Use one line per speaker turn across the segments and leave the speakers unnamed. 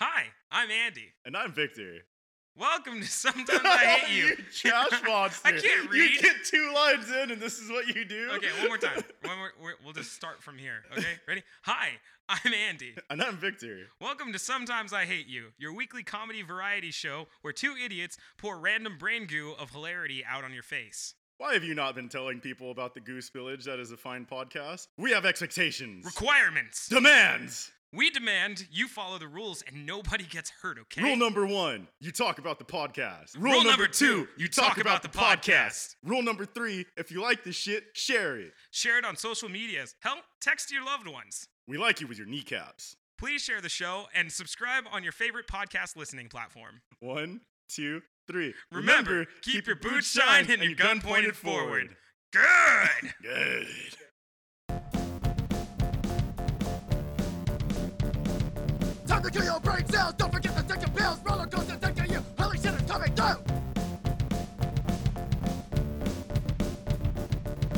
Hi, I'm Andy.
And I'm Victor.
Welcome to Sometimes I Hate You.
trash monster.
I can't
You
read.
get two lines in, and this is what you do.
Okay, one more time. One more. we're- We'll just start from here. Okay, ready? Hi, I'm Andy.
And I'm Victor.
Welcome to Sometimes I Hate You, your weekly comedy variety show where two idiots pour random brain goo of hilarity out on your face.
Why have you not been telling people about the Goose Village? That is a fine podcast. We have expectations,
Requirements.
demands.
We demand you follow the rules and nobody gets hurt. Okay.
Rule number one: you talk about the podcast. Rule,
number two, you talk about the podcast.
Rule number three: if you like this shit, share it.
Share it on social medias. Hell, text your loved ones.
We like you with your kneecaps.
Please share the show and subscribe on your favorite podcast listening platform.
One, two, three.
Remember, keep your boots shined and your gun pointed forward. Good!
Good.
Time to kill your brain cells. Don't forget to take your pills. Roller coaster taking you. Holy shit is coming through.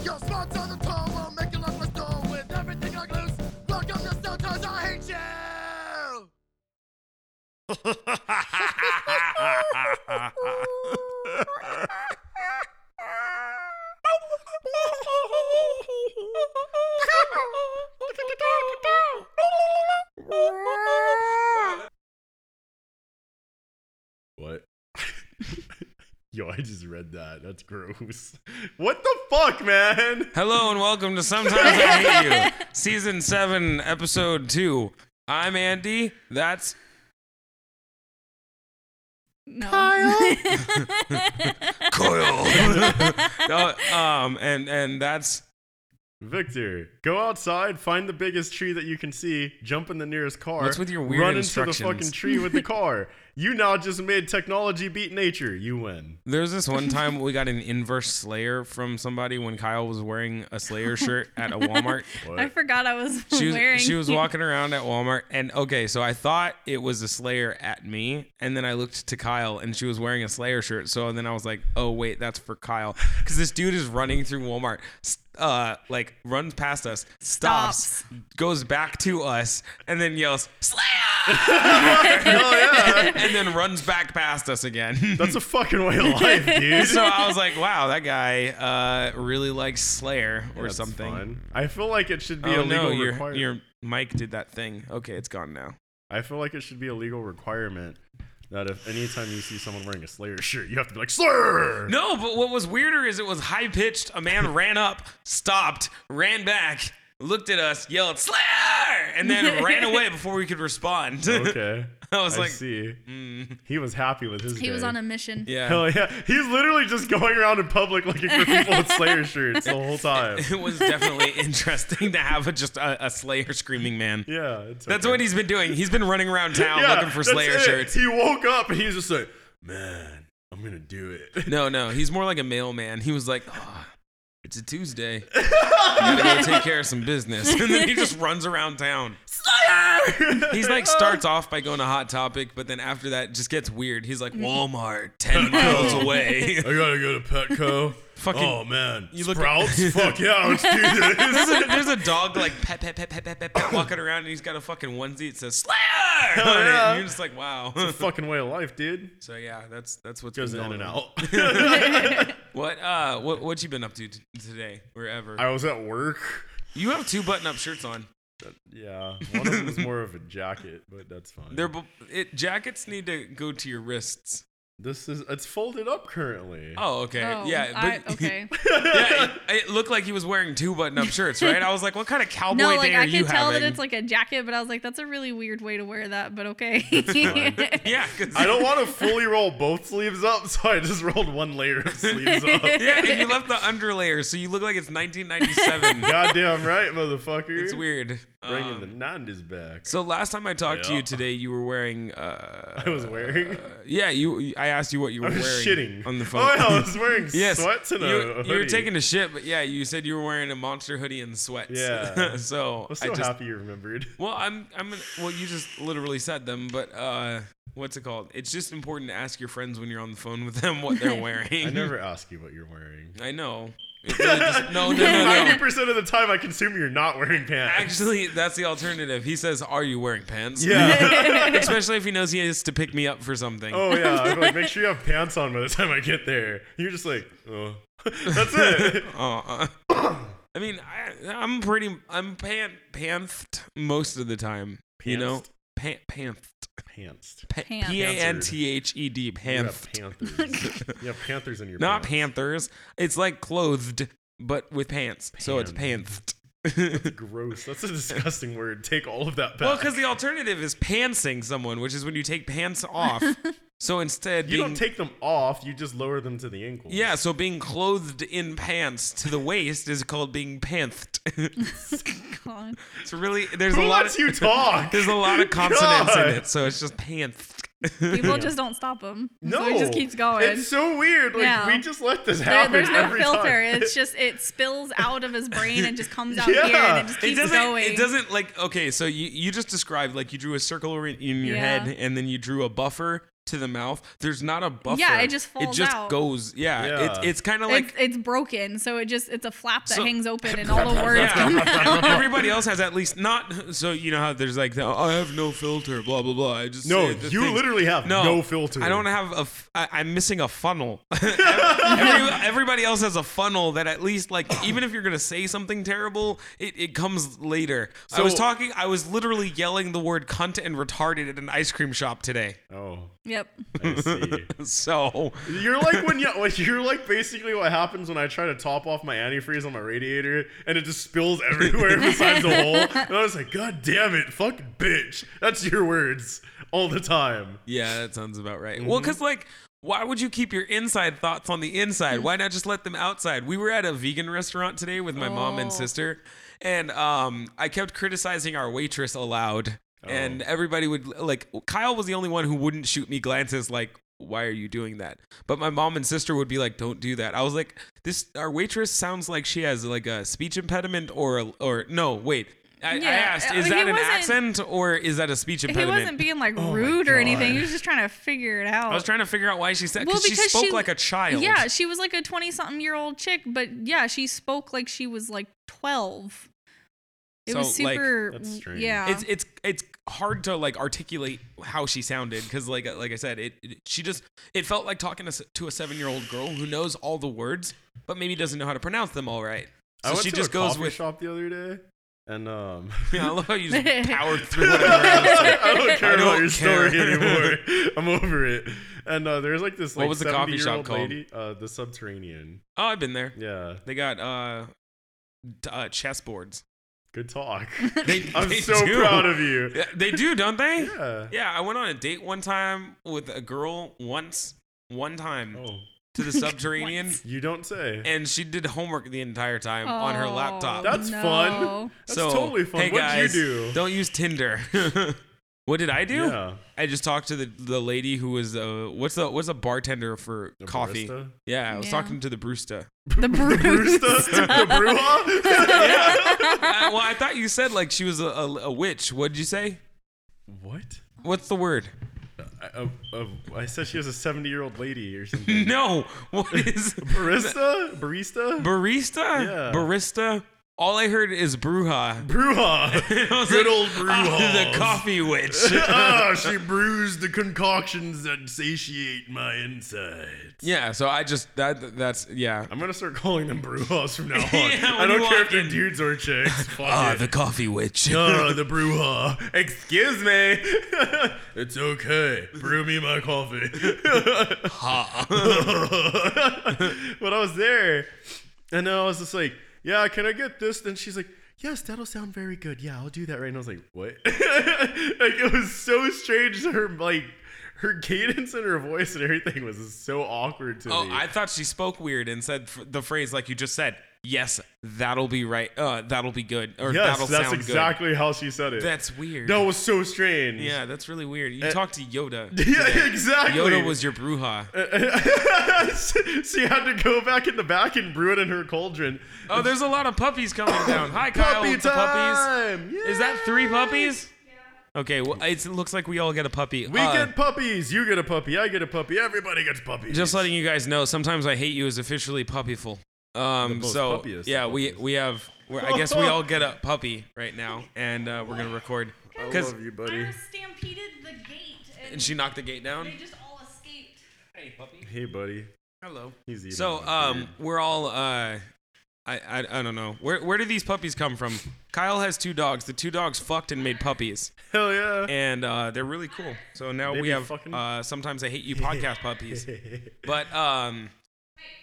Your smarts on the tall will make you look like a stone with everything like loose. Welcome to Sometimes I Hate You.
What? Yo, I just read that. That's gross. What the fuck, man?
Hello and welcome to Sometimes I Hate You, Season 7, Episode 2. I'm Andy. That's.
No.
Uh, um, and, and that's.
Victor, go outside, find the biggest tree that you can see, jump in the nearest car.
What's with your weird
Run into the
instructions?
fucking tree with the car. you now just made technology beat nature. You win.
There's this one time we got an inverse Slayer from somebody when Kyle was wearing a Slayer shirt at a Walmart.
I forgot I was
she was,
wearing.
she was walking around at Walmart, and okay, so I thought it was a Slayer at me, and then I looked to Kyle, and she was wearing a Slayer shirt. So then I was like, oh wait, that's for Kyle, because this dude is running through Walmart, s- uh, like runs past us, stops,
Stops.
goes back to us, and then yells Slayer, and then runs back past us again.
Oh, That's a fucking way of life, dude.
so I was like, wow, that guy uh, really likes Slayer or
That's
something.
fine. I feel like it should be
Oh
a legal
no, your,
requirement.
your mic did that thing. Okay, it's gone now.
I feel like it should be a legal requirement that if anytime you see someone wearing a Slayer shirt, you have to be like Slayer.
No, but what was weirder is it was high pitched. A man ran up, stopped, ran back, looked at us, yelled "Slayer," and then ran away before we could respond.
Okay.
I was like,
see.
mm,
He was happy with his.
he was
day.
on a mission.
yeah.
Hell yeah! He's literally just going around in public looking for people with Slayer shirts the whole time.
It was definitely interesting to have a, just a, a Slayer screaming man.
Yeah, it's
That's
okay.
what he's been doing. He's been running around town
Yeah,
looking for
that's
Slayer
it.
shirts.
He woke up and he's just like, "Man, I'm gonna do it."
No, no, he's more like a mailman. He was like, oh, it's a Tuesday. I gotta go take care of some business. And then he just runs around town. He's like starts off by going to Hot Topic, but then after that just gets weird. He's like Walmart, ten miles away.
I gotta go to Petco.
Fucking-
oh man,
you look-
Sprouts. Fuck yeah, let's do this.
There's a, there's a dog like pet pet pet pet pet pet pet walking around, and he's got a fucking onesie that says Slayer. on it.
yeah.
And you're just like, wow.
Fucking way of life, dude.
So yeah, that's that's what's
Goes
been going
in and
on.
out.
What uh, what what you been up to t- today, wherever?
I was at work.
you have two button up shirts on.
Yeah, one of them was more of a jacket, but that's fine.
They're bo- it, jackets need to go to your wrists.
this is it's folded up currently.
Oh, okay,
Oh,
yeah,
I, okay.
yeah, it, it looked like he was wearing two button-up shirts, right? I was like, "What kind of cowboy
no,
day
like
are
I
you
can tell
having?"
that it's like a jacket, but I was like, that's a really weird way to wear that. But okay.
yeah, 'cause-
I don't want to fully roll both sleeves up, so I just rolled one layer of sleeves up.
yeah, and you left the underlayer, so you look like it's 1997.
Goddamn right, motherfucker.
it's weird.
Bringing
Um,
the nineties back.
so last time I talked to
Yeah.
you today, you were wearing. Uh,
I was wearing.
yeah, you. I asked you what you were
I was
wearing
shitting
on the phone.
Oh, yeah, I was wearing
yes,
sweats and
you,
a
you were
hoodie.
taking a shit, but yeah, you said you were wearing a monster hoodie and sweats.
Yeah.
so
I was so
I just
happy you remembered.
Well, I'm I'm gonna- well, you just literally said them, but uh what's it called? It's just important to ask your friends when you're on the phone with them what they're wearing.
I never ask you what you're wearing.
I know. It really just- no, no, no, no.
Ninety percent of the time, I consume you're not wearing pants.
Actually, that's the alternative. He says, "Are you wearing pants?"
yeah.
Especially if he knows he has to pick me up for something.
oh yeah. I'd be like, make sure you have pants on by the time I get there. You're just like, oh, that's it.
Aw. Uh, I mean, I, I'm pretty. I'm pant panthed most of the time. You know, pant panthed.
Pants.
P
Panthed.
a n t h e d
You
panthed.
have panthers. you have panthers in your
Not
pants.
panthers. It's like clothed, but with pants. So it's panthed.
Panthed. Gross. That's a disgusting word. Take all of that back.
well, because the alternative is pantsing someone, which is when you take pants off. so instead,
you
being,
don't take them off. You just lower them to the ankles.
Yeah, so being clothed in pants to the waist is called being panthed.
God.
it's really there's
Who
a lot
lets
of
you talk?
there's a lot of consonants
God.
in it, so it's just panthed.
People just don't stop him.
No,
so he just keeps going.
It's so weird. Like
Yeah.
we just let this
There-
happen.
there's no
every
filter.
Time.
It's just it spills out of his brain and just comes out
Yeah.
here and it just
It
It
keeps
doesn't.
going.
It doesn't like okay. So you you just described like you drew a circle ar- in your
Yeah.
head, and then you drew a buffer to the mouth. There's not a buffer.
Yeah, it just
It
falls
just
out.
goes. Yeah,
Yeah.
It, it's kind of like
it's, it's broken, so it just it's a flap that
So-
hangs open and all the words come out.
yeah. Everybody else has at least not. So you know how there's like the, I have no filter. Blah blah blah. I just
No,
say the
you
things.
literally have
no,
no, filter.
I don't have a. F- I, I'm missing a funnel. Every, everybody else has a funnel that at least like even if you're gonna say something terrible, it, it comes later. I
So-
was talking. I was literally yelling the word cunt and retarded at an ice cream shop today.
Oh,
Yep.
I see.
So
You're like when you, like, you're like basically what happens when I try to top off my antifreeze on my radiator and it just spills everywhere besides the hole. And I was like, God damn it, fucking bitch. That's your words all the time.
yeah, that sounds about right.
Mm-hmm.
Well, because like. Why would you keep your inside thoughts on the
Mm.
inside? Why not just let them outside? We were at a vegan restaurant today with my mom and
Oh.
sister, and um, I kept criticizing our waitress aloud, and
Oh.
everybody would like. Kyle was the only one who wouldn't shoot me glances like, "Why are you doing that?" But my mom and sister would be like, "Don't do that." I was like, "This our waitress sounds like she has like a speech impediment or a, or no wait." I, I
Yeah,
asked,
uh,
"Is
he
that an
wasn't-
accent or is that a speech
He
impediment?"
wasn't being like
Oh my
rude or anything. He
God.
was just trying to figure it out.
I was trying to figure out why she said because she spoke like a child.
Yeah, she was like a twenty-something-year-old chick, but yeah, she spoke like she was like twelve. It was
So, like,
super.
That's strange.
yeah.
it's it's it's hard to like articulate how she sounded because like like I said, it, it- she just it felt like talking to, s- to a seven year old girl who knows all the words but maybe doesn't know how to pronounce them all right.
I
So
went
she
to
just
a
goes
coffee
with.
shop the other day and um
Yeah, I love how you just powered through whatever. else.
I don't care
I don't
about your story
care.
anymore. I'm over it. And uh, there's like this
What
like
was the coffee
70 year
shop
old
called?
lady, uh, the Subterranean.
Oh, I've been there.
Yeah,
They got uh, d- uh chessboards.
good talk.
They,
I'm
they
so
do.
proud of you.
Yeah, They do, don't they?
Yeah.
Yeah, I went on a date one time with a girl once, one time
Oh,
to the subterranean.
Once.
you don't say.
and she did homework the entire time on her
Oh,
laptop.
That's
no.
That's
so,
totally fun.
Hey
What'd you
guys,
do?
Don't use Tinder. what did I do?
Yeah.
I just talked to the, the lady who was uh what's the what's a bartender for
The
coffee?
barista?
Yeah, I was
Yeah.
talking to the brewsta.
The bruise.
Brewsta? the brewa?
Uh, well, I thought you said like she was a, a, a witch. What did you say?
what?
What's the word?
I, I, I said she was a 70 year old lady or something.
No. What is
Barista? Barista?
barista?
Yeah.
Barista. All I heard is bruja.
Brewa.
I was like,
Good old
"Ah,
brujas."
the coffee witch.
ah, she brews the concoctions that satiate my insides.
yeah. So I just that that's yeah.
I'm gonna start calling them brewhas from now on.
Yeah,
I
when
don't
you
care
walk
if they're
in.
dudes or chicks. Fuck
Ah,
it.
the coffee witch.
Ah, the brewha. Excuse me. it's okay. Brew me my coffee. but I was there, and then I was just like, "Yeah, can I get this?" And she's like, "Yes, that'll sound very good. Yeah, I'll do that right." And I was like, "What?" like it was so strange. Her like her cadence and her voice and everything was just so awkward to
Oh,
me.
I thought she spoke weird and said f- the phrase like you just said. Yes, that'll be right. Uh, that'll be good. Or
yes,
that'll
that's
sound
exactly how she said it.
good. That's weird.
that was so strange.
Yeah, that's really weird.
Eh,
You talked to Yoda.
Yeah, exactly.
Yoda was your bruja.
Eh, she had to go back in the back and brew it in her cauldron.
Oh, there's a lot of puppies coming down. Hi, Kyle.
eh. Puppy
with the puppies.
time!
Is that three puppies? Okay, well, it's, it looks like we all get a puppy. Uh,
We get puppies. You get a puppy. I get a puppy. Everybody gets puppies.
Just letting you guys know, sometimes I hate you is officially puppyful. Um,
most
so
puppiest
yeah,
of
we
puppies.
we have. We're, I guess we all get a puppy right now, and uh, we're gonna record. Because
you,
Iris stampeded the gate and,
and she knocked the gate down.
they just all escaped.
Hey, puppy.
Hey, buddy.
Hello.
He's eating
So
my beard.
um, we're all uh, I, I I don't know where where do these puppies come from? Kyle has two dogs. The two dogs fucked and made puppies,
hell yeah.
and uh, they're really cool. So now
They
we
be
have
fucking-
uh, sometimes I hate you podcast puppies. But um,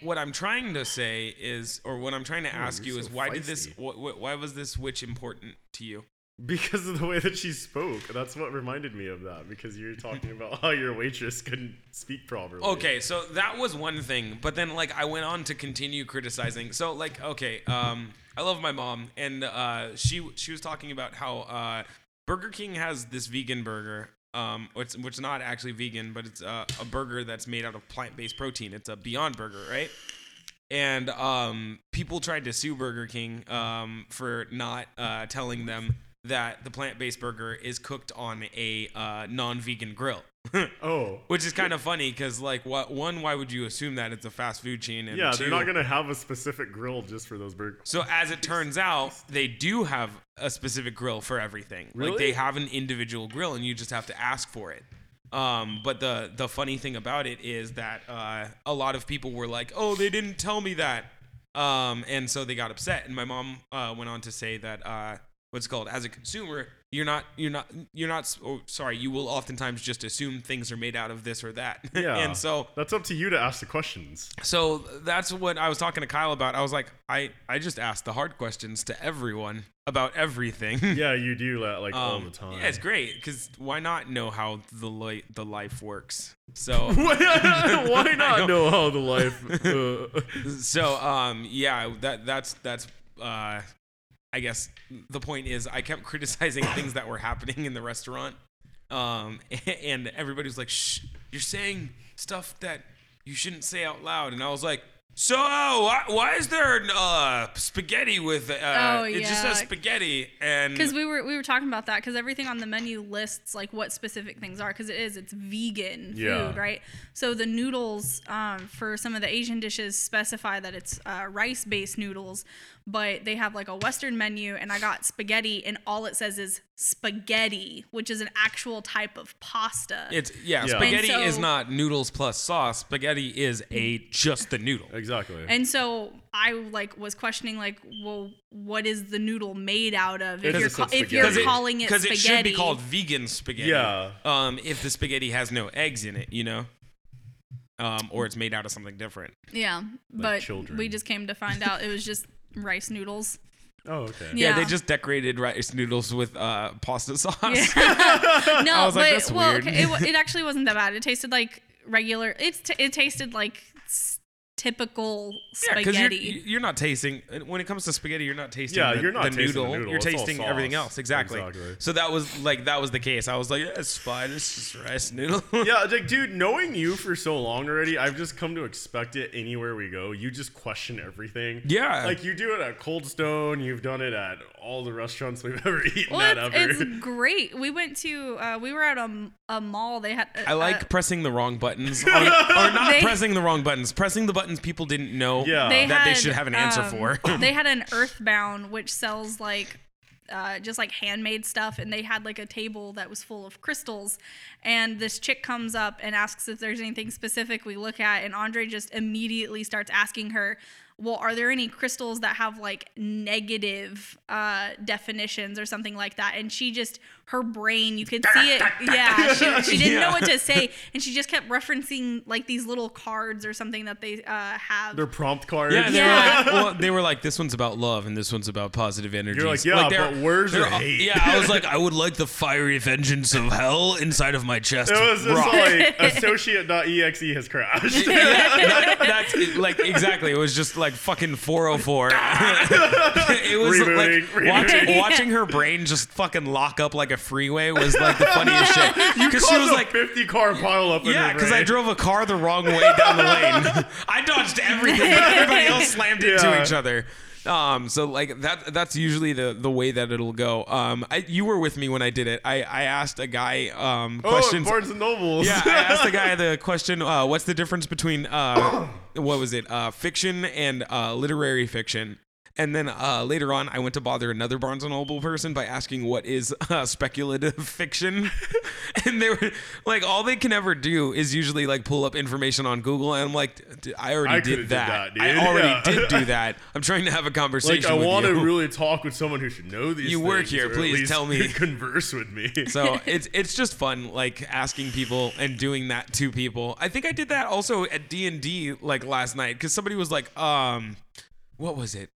what I'm trying to say is, or what I'm trying to ask
you're
you is,
so
why did this?
feisty.
Wh- wh- why was this witch important to you?
Because of the way that she spoke, that's what reminded me of that. Because you were talking about how your waitress couldn't speak properly.
Okay, so that was one thing, but then like I went on to continue criticizing. So like okay, um, I love my mom, and uh, she she was talking about how uh, Burger King has this vegan burger. Um, which which is not actually vegan, but it's uh, a burger that's made out of plant-based protein. It's a Beyond Burger, right? and um, people tried to sue Burger King um, for not uh, telling them that the plant-based burger is cooked on a uh, non-vegan grill,
Oh.
which is kind of funny because, like, what one, why would you assume that it's a fast food chain? And
Yeah,
two,
they're not gonna have a specific grill just for those burgers.
So as it turns out, they do have a specific grill for everything. Like
Really?
they have an individual grill, and you just have to ask for it. Um, but the the funny thing about it is that uh, a lot of people were like, "Oh, they didn't tell me that," um, and so they got upset. And my mom uh, went on to say that uh, what's it called as a consumer, you're not you're not you're not s- oh, sorry. You will oftentimes just assume things are made out of this or that.
Yeah.
and so
that's up to you to ask the questions.
so that's what I was talking to Kyle about. I was like, I, I just asked the hard questions to everyone about everything.
Yeah, you do that like all
Um,
the time.
Yeah, it's great because why not know how the li- the life works? So
Why
I
not
know.
know how the life? Uh,
so um yeah that that's that's uh I guess the point is I kept criticizing things that were happening in the restaurant. Um and everybody was like, "Shh, you're saying stuff that you shouldn't say out loud." And I was like, so why, why is there uh, spaghetti with uh,
Oh,
it just says
yeah.
spaghetti and
Because we were we were talking about that because everything on the menu lists like what specific things are because it is it's vegan
Yeah.
food right. So the noodles um, for some of the Asian dishes specify that it's uh, rice based noodles, but they have like a Western menu and I got spaghetti and all it says is spaghetti, which is an actual type of pasta.
It's yeah,
Yeah.
spaghetti
And so-
is not noodles plus sauce. Spaghetti is a just the noodle.
exactly.
and so I like was questioning like, well, what is the noodle made out of? If
Because
you're
it said
ca- if
spaghetti.
you're
it,
calling it
'cause
spaghetti,
it should be called vegan spaghetti.
Yeah.
Um, if the spaghetti has no eggs in it, you know, um, or it's made out of something different.
Yeah, but
children.
we just came to find out it was just rice noodles.
oh, okay.
Yeah, they
Yeah.
just decorated rice noodles with uh, pasta sauce.
No,
was
but
like, "That's
well,
weird."
okay, it, wa- it actually wasn't that bad. It tasted like regular. It's t- it tasted like s- typical
Yeah, because you're,
spaghetti.
you're not tasting when it comes to spaghetti, you're not tasting.
Yeah,
the,
you're not
the
tasting the
noodle.
noodle,
You're
it's all
tasting everything
sauce.
else. Exactly.
Exactly.
So that was like that was the case. I was like, yeah, it's fine. It's just rice noodle.
Yeah, it's like, dude, knowing you for so long already, I've just come to expect it anywhere we go. You just question everything.
Yeah.
Like, you do it at Cold Stone. You've done it at all the restaurants we've ever eaten
well,
at
it's,
ever.
it's great. We went to uh, we were at a, m- a mall. They had
I like
uh,
pressing the wrong buttons, or, or not
They-
pressing the wrong buttons. Pressing the buttons people didn't know
Yeah.
they
that they
had,
should have an answer
um,
for.
they had an Earthbound, which sells like uh, just like handmade stuff, and they had like a table that was full of crystals. And this chick comes up and asks if there's anything specific we look at, and Andre just immediately starts asking her. Well, are there any crystals that have like negative uh, definitions or something like that? And she just, her brain, you could see it. Yeah, she, she didn't
Yeah.
know what to say, and she just kept referencing like these little cards or something that they uh, have.
Their prompt cards.
yeah, they
Yeah.
were like, well, they were like, this one's about love and this one's about positive energy.
like, yeah, but where's the hate?
Yeah, I was like, I would like the fiery vengeance of hell inside of my chest.
It was just
rock.
like associate.exe has crashed.
That's like exactly. It was just like fucking 404. it was
Rebooting,
like watch-
rebooting.
watching her brain just fucking lock up like a freeway was like the funniest shit. Because she was
a
like,
50 car pile up.
Yeah, because I drove a car the wrong way down the lane. I dodged everything, but everybody else slammed into
Yeah.
each other. Um, so like that that's usually the the way that it'll go. Um, I, you were with me when I did it. I I asked a guy um
Oh, at
questions.
Barnes and Nobles.
yeah, I asked the guy the question. Uh, what's the difference between uh, what was it, uh, fiction and uh, literary fiction? And then uh, later on, I went to bother another Barnes and Noble person by asking what is uh, speculative fiction, and they were like, all they can ever do is usually like pull up information on Google, and I'm like, "D- I already
I could've
did
did
that.
that, dude.
I already
Yeah.
did do that. I'm trying to have a
like
conversation.
I
with
want to
you.
really talk with someone who should know these.
You work
things,
here,
or at
please
least
tell me.
Converse with me.
So it's it's just fun, like asking people and doing that to people. I think I did that also at D and D like last night because somebody was like, um, what was it?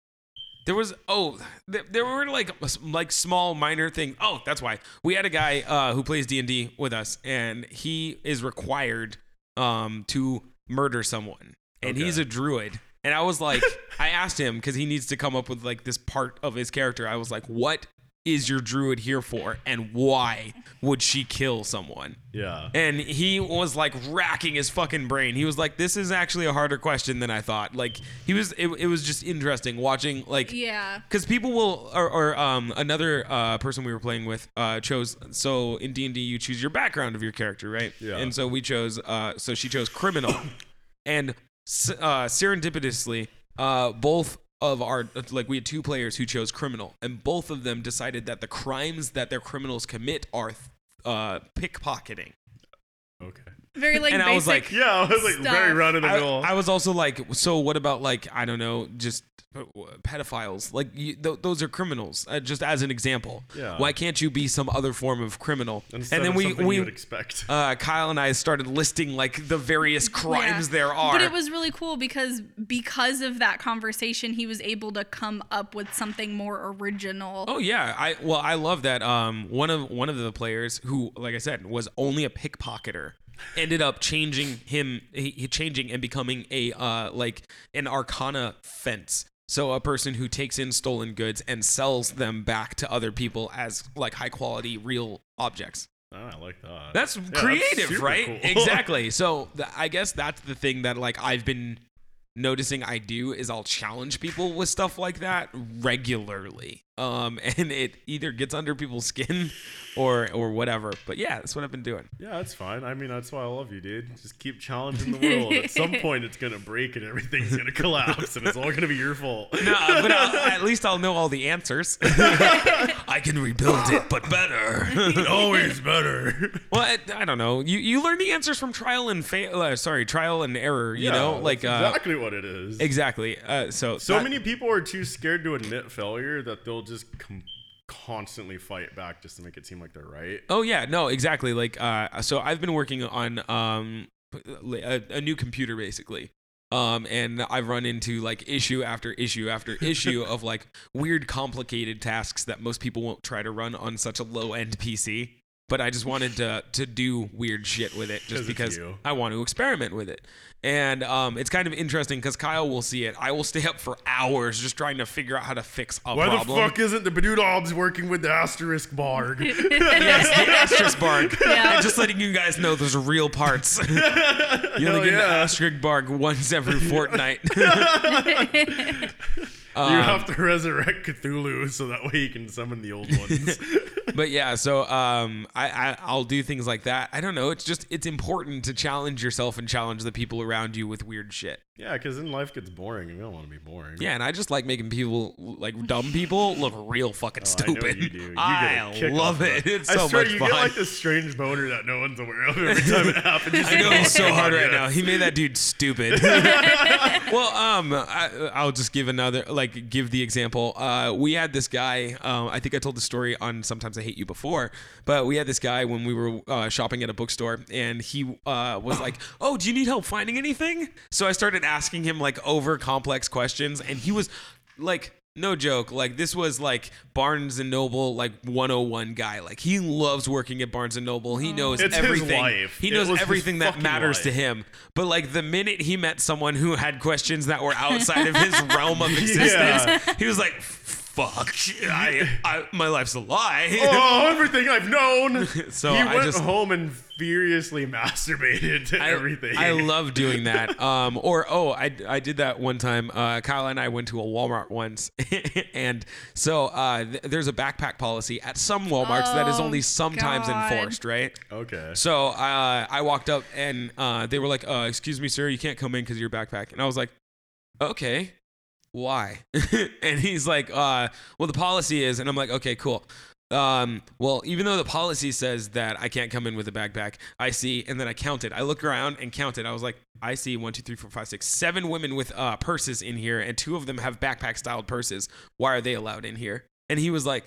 There was oh, there, there were like s- like small minor thing. Oh, that's why we had a guy uh, who plays D and D with us, and he is required um to murder someone, and
Okay.
he's a druid. And I was like, I asked him because he needs to come up with like this part of his character. I was like, what is your druid here for, and why would she kill someone?
yeah.
And he was like racking his fucking brain. He was like, "This is actually a harder question than I thought." Like he was, it, it was just interesting watching like
Yeah.
because people will or, or um another uh person we were playing with uh chose so in d&d you choose your background of your character right
Yeah.
and so we chose uh so she chose criminal and s- uh serendipitously uh both of our like we had two players who chose criminal and both of them decided that the crimes that their criminals commit are uh pickpocketing
Okay.
Very like
And
basic.
I was like,
Yeah, I was like very
Stuff.
run of the
I,
mill.
I was also like, so what about like I don't know, just pedophiles? Like you, th- those are criminals. Uh, just as an example,
Yeah.
Why can't you be some other form of criminal?
Instead
and then
of
we
something
we
you would expect.
uh, Kyle and I started listing like the various crimes
Yeah.
there are.
But it was really cool because because of that conversation, he was able to come up with something more original.
Oh yeah, I well I love that. Um, one of one of the players who, like I said, was only a pickpocketer, ended up changing him, he, he changing and becoming a uh like an arcana fence. So a person who takes in stolen goods and sells them back to other people as like high quality real objects.
Ah, I like that.
That's
Yeah,
creative,
super
right?
cool.
Exactly. So th- I guess that's the thing that like I've been noticing I do is I'll challenge people with stuff like that regularly. Um and it either gets under people's skin or or whatever. But yeah, that's what I've been doing.
Yeah, that's fine. I mean, that's why I love you, dude. Just keep challenging the world. At some point, it's gonna break and everything's gonna collapse, and it's all gonna be your fault.
No, uh, but I'll, at least I'll know all the answers. I can rebuild it, but better.
Always better.
well, I, I don't know. You you learn the answers from trial and fail. Uh, sorry, trial and error. You
Yeah,
know,
that's
like uh,
exactly what it is.
exactly. Uh, so
so
that-
many people are too scared to admit failure that they'll just com- constantly fight back just to make it seem like they're right.
Oh yeah, no, exactly. Like, uh, so I've been working on um a, a new computer basically. Um, and I've run into like issue after issue after issue of like weird, complicated tasks that most people won't try to run on such a low end PC. But I just wanted to to do weird shit with it
'Cause
just
it's
because
you.
I want to experiment with it. And um, it's kind of interesting because Kyle will see it. I will stay up for hours just trying to figure out how to fix a
Why
problem.
the fuck isn't the Badudobs working with the asterisk barg?
Yes, the asterisk bark.
Yeah.
And just letting you guys know there's real parts. you only get an
yeah.
asterisk bark once every fortnight.
you
Um,
have to resurrect Cthulhu so that way you can summon the old ones.
but yeah, so um, I, I I'll do things like that. I don't know. It's just it's important to challenge yourself and challenge the people around you with weird shit.
yeah, because then life gets boring, and we don't want to be boring.
Yeah, and I just like making people like dumb people look real fucking stupid.
Oh, I know you do. You get a
I
kick
love
off of
it.
that.
It's
I
so
swear
much
you
fun.
get like this strange boner that no one's aware of every time it happens. You're just
I know
like,
he's so hard right
Yeah.
now. He made that dude stupid. well, um, I, I'll just give another, like, give the example. Uh, we had this guy. Um, I think I told the story on Sometimes I Hate You before, but we had this guy when we were uh, shopping at a bookstore, and he uh, was like, "Oh, do you need help finding anything?" So I started asking him like over complex questions, and he was like. No joke, like this was like Barnes and Noble, like 101 guy. Like he loves working at Barnes and Noble. He knows
Oh. It's his
everything.
life.
He
It
knows
was his
everything that
fucking
matters to
life.
him him. But like the minute he met someone who had questions that were outside of his realm of existence, he was like, fuck. I, I my life's a lie.
Oh, everything I've known.
So
he
I
went
just-
home and furiously masturbated to
I-
everything.
I love doing that. Um, or oh, I, I did that one time. Uh, Kyle and I went to a Walmart once, and so uh, th- there's a backpack policy at some WalMarts that is
Oh,
only sometimes
God.
enforced, right?
Okay.
So uh, I walked up and uh, they were like, uh, "Excuse me, sir, you can't come in because of your backpack." And I was like, "Okay, why?" and he's like, uh, "Well, the policy is," and I'm like, "Okay, cool." Um, well, even though the policy says that I can't come in with a backpack, I see, and then I counted. I looked around and counted. I was like, I see one, two, three, four, five, six, seven women with uh, purses in here, and two of them have backpack styled purses. Why are they allowed in here? And he was like,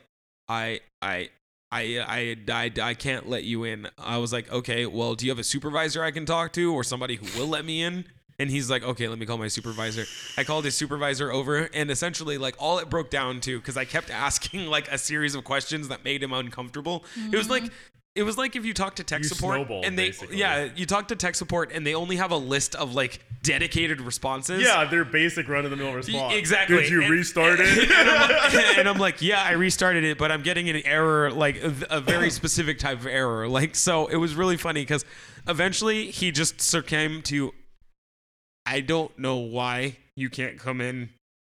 I, I, I, I, I, I can't let you in. I was like, okay, well, do you have a supervisor I can talk to or somebody who will let me in? And he's like, okay, let me call my supervisor. I called his supervisor over, and essentially, like, all it broke down to, because I kept asking like a series of questions that made him uncomfortable. It was like, it was like if you talk to tech
You
support
snowballed,
and they,
basically.
yeah, you talk to tech support and they only have a list of like dedicated responses.
yeah, their basic run of the mill response.
E, Exactly.
Did you
And-
restart
and,
it?
I'm like, and I'm like, yeah, I restarted it, but I'm getting an error, like a, a very specific type of error. Like, so it was really funny because eventually he just succumbed to, I don't know why you can't come in.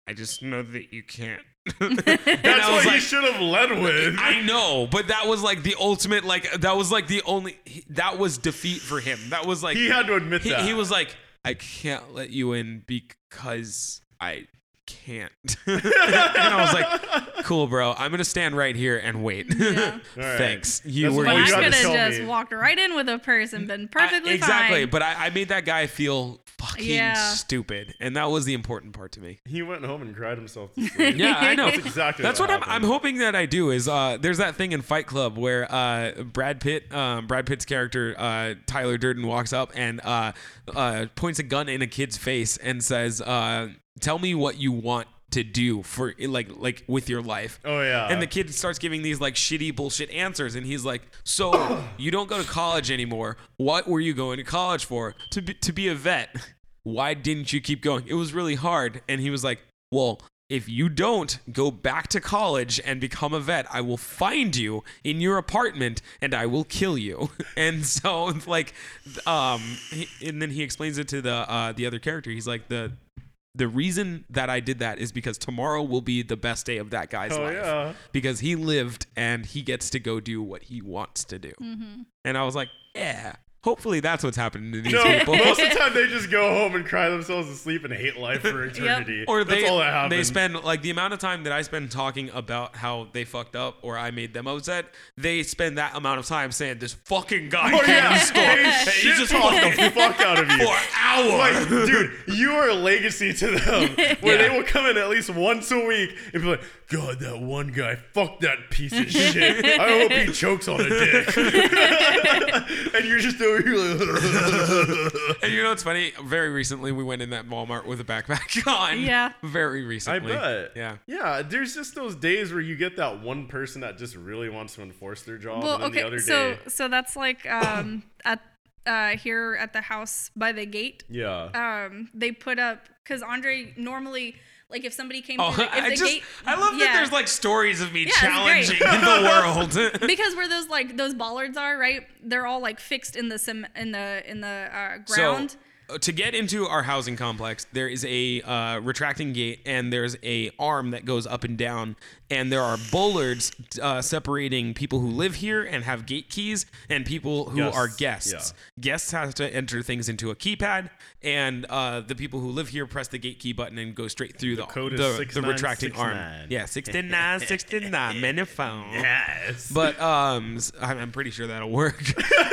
I just know that you can't. And
That's
I
what
was
you
like,
should have led with.
I know, but that was like the ultimate, like, that was like the only, he- that was defeat for him. That was like,
he had to admit
he,
that.
he was like, I can't let you in because I can't. and I was like, cool, bro. I'm going to stand right here and wait.
Yeah.
right.
Thanks. You
That's
were
all
But
you
I
useless.
gotta
could have
tell
just
me.
walked right in with a purse and been
I-
perfectly
Exactly.
fine.
But I, I made that guy feel fucking
Yeah.
stupid. And that was the important part to me.
He went home and cried himself to sleep.
Yeah, I know.
That's exactly
That's
what
what I'm, I'm
happened.
hoping that I do is uh, there's that thing in Fight Club where uh, Brad Pitt, um, Brad Pitt's character uh, Tyler Durden walks up and uh, uh, points a gun in a kid's face and says, uh, "Tell me what you want to do for like like with your life."
Oh yeah.
And the kid starts giving these like shitty bullshit answers, and he's like, "So you don't go to college anymore? What were you going to college for? To be, to be a vet? Why didn't you keep going? It was really hard." And he was like, "Well." If you don't go back to college and become a vet, I will find you in your apartment and I will kill you. And so, like, um, he- and then he explains it to the uh, the other character. He's like, the the reason that I did that is because tomorrow will be the best day of that guy's
Oh,
life
yeah.
because he lived and he gets to go do what he wants to do. And I was like, yeah. Hopefully that's what's happening to these
no,
people.
most of the time they just go home and cry themselves to sleep and hate life for eternity.
or they
That's all that happens.
they spend like the amount of time that I spend talking about how they fucked up or I made them upset. They spend that amount of time saying this fucking guy
Oh
can't
yeah,
be stopped.
they
He
shit
just
talk
fucked
the fuck out of you.
for hours.
Like, dude, you are a legacy to them. Where
Yeah.
they will come in at least once a week and be like, God, that one guy, fuck that piece of shit. I hope he chokes on a dick. and you're just over here like,
And you know what's funny? Very recently, we went in that Walmart with a backpack on.
Yeah.
Very recently. Yeah.
Yeah, there's just those days where you get that one person that just really wants to enforce their job,
well,
and then
okay,
the other
so
day,
so that's like um at uh here at the house by the gate.
yeah.
Um, they put up because Andre normally like if somebody came
Oh,
through the, if
I
the
just
gate.
I love that
yeah.
there's like stories of me
it's
challenging
great.
the world.
because where those like those bollards are, right? They're all like fixed in the cem- in the in the uh, ground.
So, uh, to get into our housing complex, there is a uh, retracting gate, and there's a arm that goes up and down, and there are bollards uh, separating people who live here and have gate keys, and people who are
Guests,
guests. Guests have to enter things into a keypad, and uh, the people who live here press the gate key button and go straight through the the,
code is
the,
six nine
retracting
six
arm.
nine.
Yeah, sixty nine, sixty nine, miniphone.
Yes.
But um, s- I'm I'm pretty sure that'll work.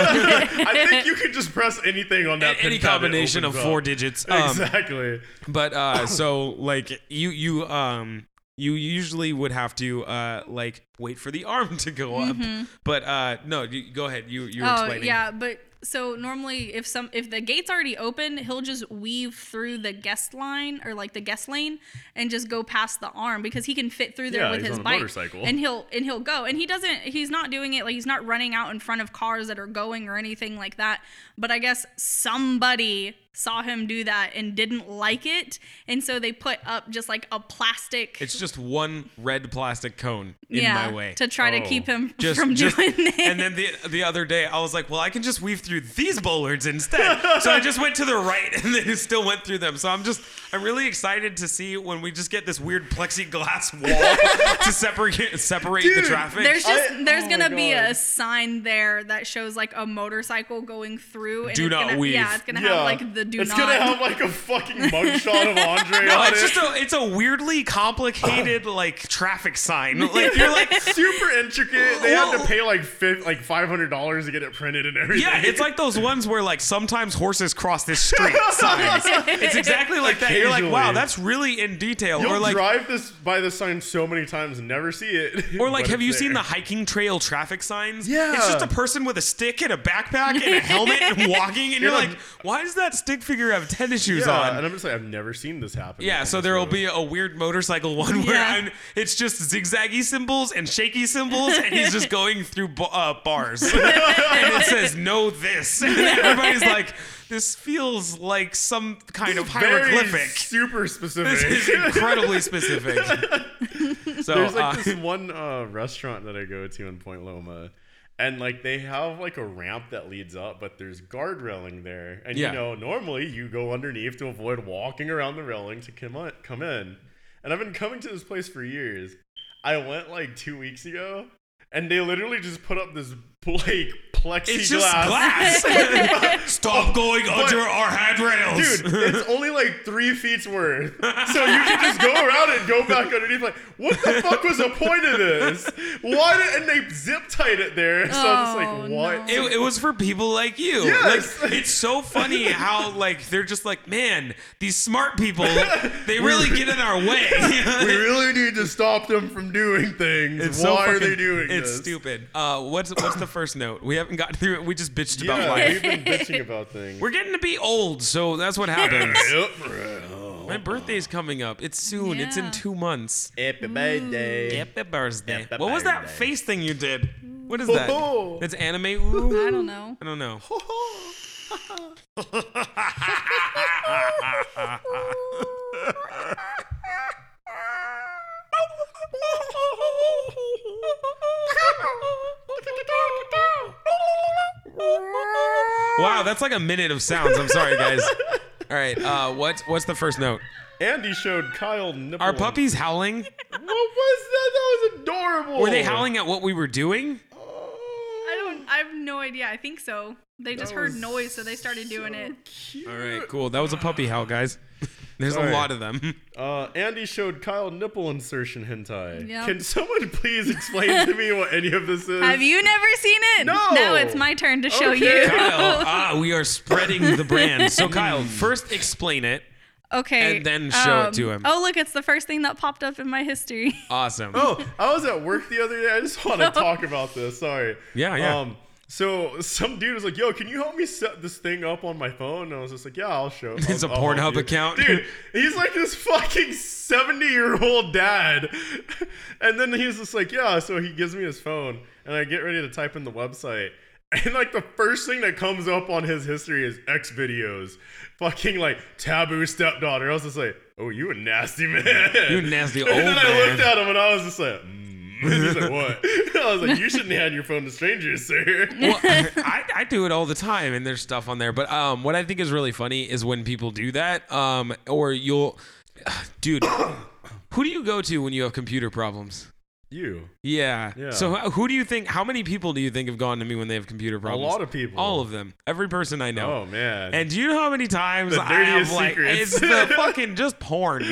I think you could just press anything on that
Any
pin pad, it
combination of
opens
four
up.
digits. Um,
exactly.
But uh, so like you you um you usually would have to uh like wait for the arm to go up. But uh no, you, go ahead. You you were
Mm-hmm. oh
explaining.
yeah, but so normally if some if the gate's already open, he'll just weave through the guest line or like the guest lane and just go past the arm because he can fit through there
Yeah,
with
he's
his
on a
bike.
motorcycle.
And he'll and he'll go. And he doesn't he's not doing it like he's not running out in front of cars that are going or anything like that. But I guess somebody saw him do that and didn't like it. And so they put up just like a plastic
It's just one red plastic cone in my way.
to try to
Oh.
keep him
just,
from
just-
doing it.
And then the the other day, I was like, well, I can just weave through these bollards instead. so I just went to the right and then it still went through them. So I'm just, I'm really excited to see when we just get this weird plexiglass wall to separate separate
Dude,
the traffic.
there's
I-
just there's
oh my
gonna be
God.
a sign there that shows like a motorcycle going through. And
Do
it's
not
gonna,
weave.
Yeah, it's gonna have like the do
it's
not.
gonna have like a fucking mugshot of Andre
no,
on
it's
it.
just a it's a weirdly complicated like traffic sign. Like you're like
super intricate. They had to
Well-
pay like fi- like five hundred dollars to get it printed and everything.
Yeah, it's like those ones where like sometimes horses cross this street signs. It's exactly like that. You're like, wow,
Occasionally.
that's really in detail.
You'll
or like
drive this by this sign so many times and never see it.
Or like,
But
have you
it's
seen the
there.
hiking trail traffic signs?
Yeah.
it's just a person with a stick and a backpack and a helmet and walking, and you're
Yeah.
like, why does that stick figure have tennis shoes
yeah,
on?
And I'm just like, I've never seen this happen.
Yeah,
on
so
this
there will
road.
be a weird motorcycle one where
Yeah.
I'm, it's just zigzaggy symbols and shaky symbols, and he's just going through b- uh, bars, and it says "No this," and everybody's like, "This feels like some kind of
Very
hieroglyphic."
super
This is
specific.
incredibly specific. So
There's
uh,
like this one uh, restaurant that I go to in Point Loma. And like they have like a ramp that leads up, but there's guard railing there. And
Yeah.
you know, normally you go underneath to avoid walking around the railing to come on, come in. And I've been coming to this place for years. I went like two weeks ago, and they literally just put up this like plexiglass.
It's just glass. Stop going under our handrails.
Dude, it's only like three feet's worth. So you can just go around and go back underneath. Like, what the fuck was the point of this? Why did and they zip tied it there? So I'm
Oh,
just like, what?
It, it was for people like you.
Yes.
Like, it's so funny how like they're just like, man, these smart people, they really get in our way.
We really need to stop them from doing things.
It's so
Why are
fucking-
they doing
It's
this?
stupid. Uh, what's what's the first note? We haven't gotten through it. We just bitched about
Yeah,
life.
we've been bitching about things.
We're getting to be old, so that's what happens.
Yep.
My birthday's coming up. It's soon. It's in
Yeah.
two months.
Happy birthday.
Happy birthday.
Happy
what was that
birthday.
face thing you did? What is that?
Ho-ho.
That's anime. Ooh.
I don't know.
I don't know. Wow, that's like a minute of sounds. I'm sorry, guys. All right, uh, what's what's the first note?
Andy showed Kyle nipple.
Are puppies howling?
What was that? That was adorable.
Were they howling at what we were doing?
I don't. I have no idea. I think so. They just
That
heard
was
noise, so they started doing it.
Cute.
All right, cool. That was a puppy howl, guys. There's
Sorry.
a lot of them.
Uh, Andy showed Kyle nipple insertion hentai.
Yep.
Can someone please explain to me what any of this is?
Have you never seen it?
No.
Now it's my turn to show
Okay.
you.
Kyle, ah, we are spreading the brand.
Hmm.
So Kyle, first explain it.
Okay.
And then show it to him.
Oh, look, it's the first thing that popped up in my history.
Awesome.
Oh, I was at work the other day. I just want to talk about this. Sorry.
Yeah, yeah.
Um, so some dude was like, "Yo, can you help me set this thing up on my phone?" And I was just like, "Yeah, I'll show." I'll,
It's a
I'll help
Pornhub
you."
account.
dude. He's like this fucking seventy-year-old dad, and then he's just like, "Yeah." So he gives me his phone, and I get ready to type in the website. And like the first thing that comes up on his history is X videos, fucking like taboo stepdaughter. I was just like, "Oh, you a nasty man,
You nasty
and
old
then I
man.
looked at him and I was just like, mm. And he's like, what? I was like, you shouldn't hand your phone to strangers, sir.
well, I, I do it all the time, and there's stuff on there. But um, what I think is really funny is when people do that, um, or you'll, dude, who do you go to when you have computer problems?
You.
Yeah.
Yeah.
So who- who do you think? How many people do you think have gone to me when they have computer problems?
lot of people.
All of them. Every person I know.
Oh, man.
And do you know how many times
The
I have
dirtiest
like
secrets.
it's the fucking just porn?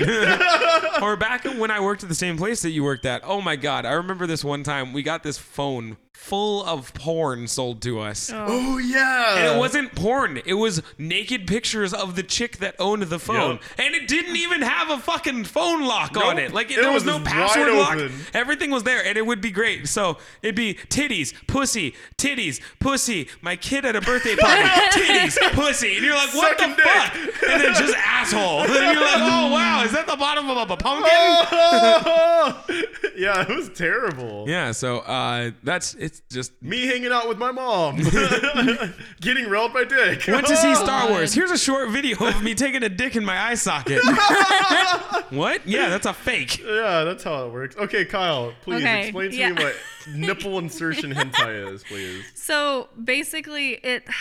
or back when I worked at the same place that you worked at. Oh my god, I remember this one time we got this phone full of porn sold to us.
oh, yeah.
And it wasn't porn. It was naked pictures of the chick that owned the phone. And it didn't even have a fucking phone lock on
Nope.
it. Like
It
there was,
was
no
wide
password lock.
open.
Everything was there, and it would be great. So it'd be titties, pussy, titties, pussy. My kid at a birthday party, titties, pussy, and you're like, what the
Sucking dick.
fuck? And then just asshole. And then you're like, oh wow, is that the bottom of a
Oh.
pumpkin?
yeah, it was terrible.
Yeah. So uh, that's it's just.
Me hanging out with my mom, getting railed by dick.
Went to see Star
God.
Wars. Here's a short video of me taking a dick in my eye socket. what? Yeah, that's a fake.
Yeah, that's how it works. Okay, Kyle, please
Okay,
explain to
yeah.
me what nipple insertion hentai is, please.
So basically, it.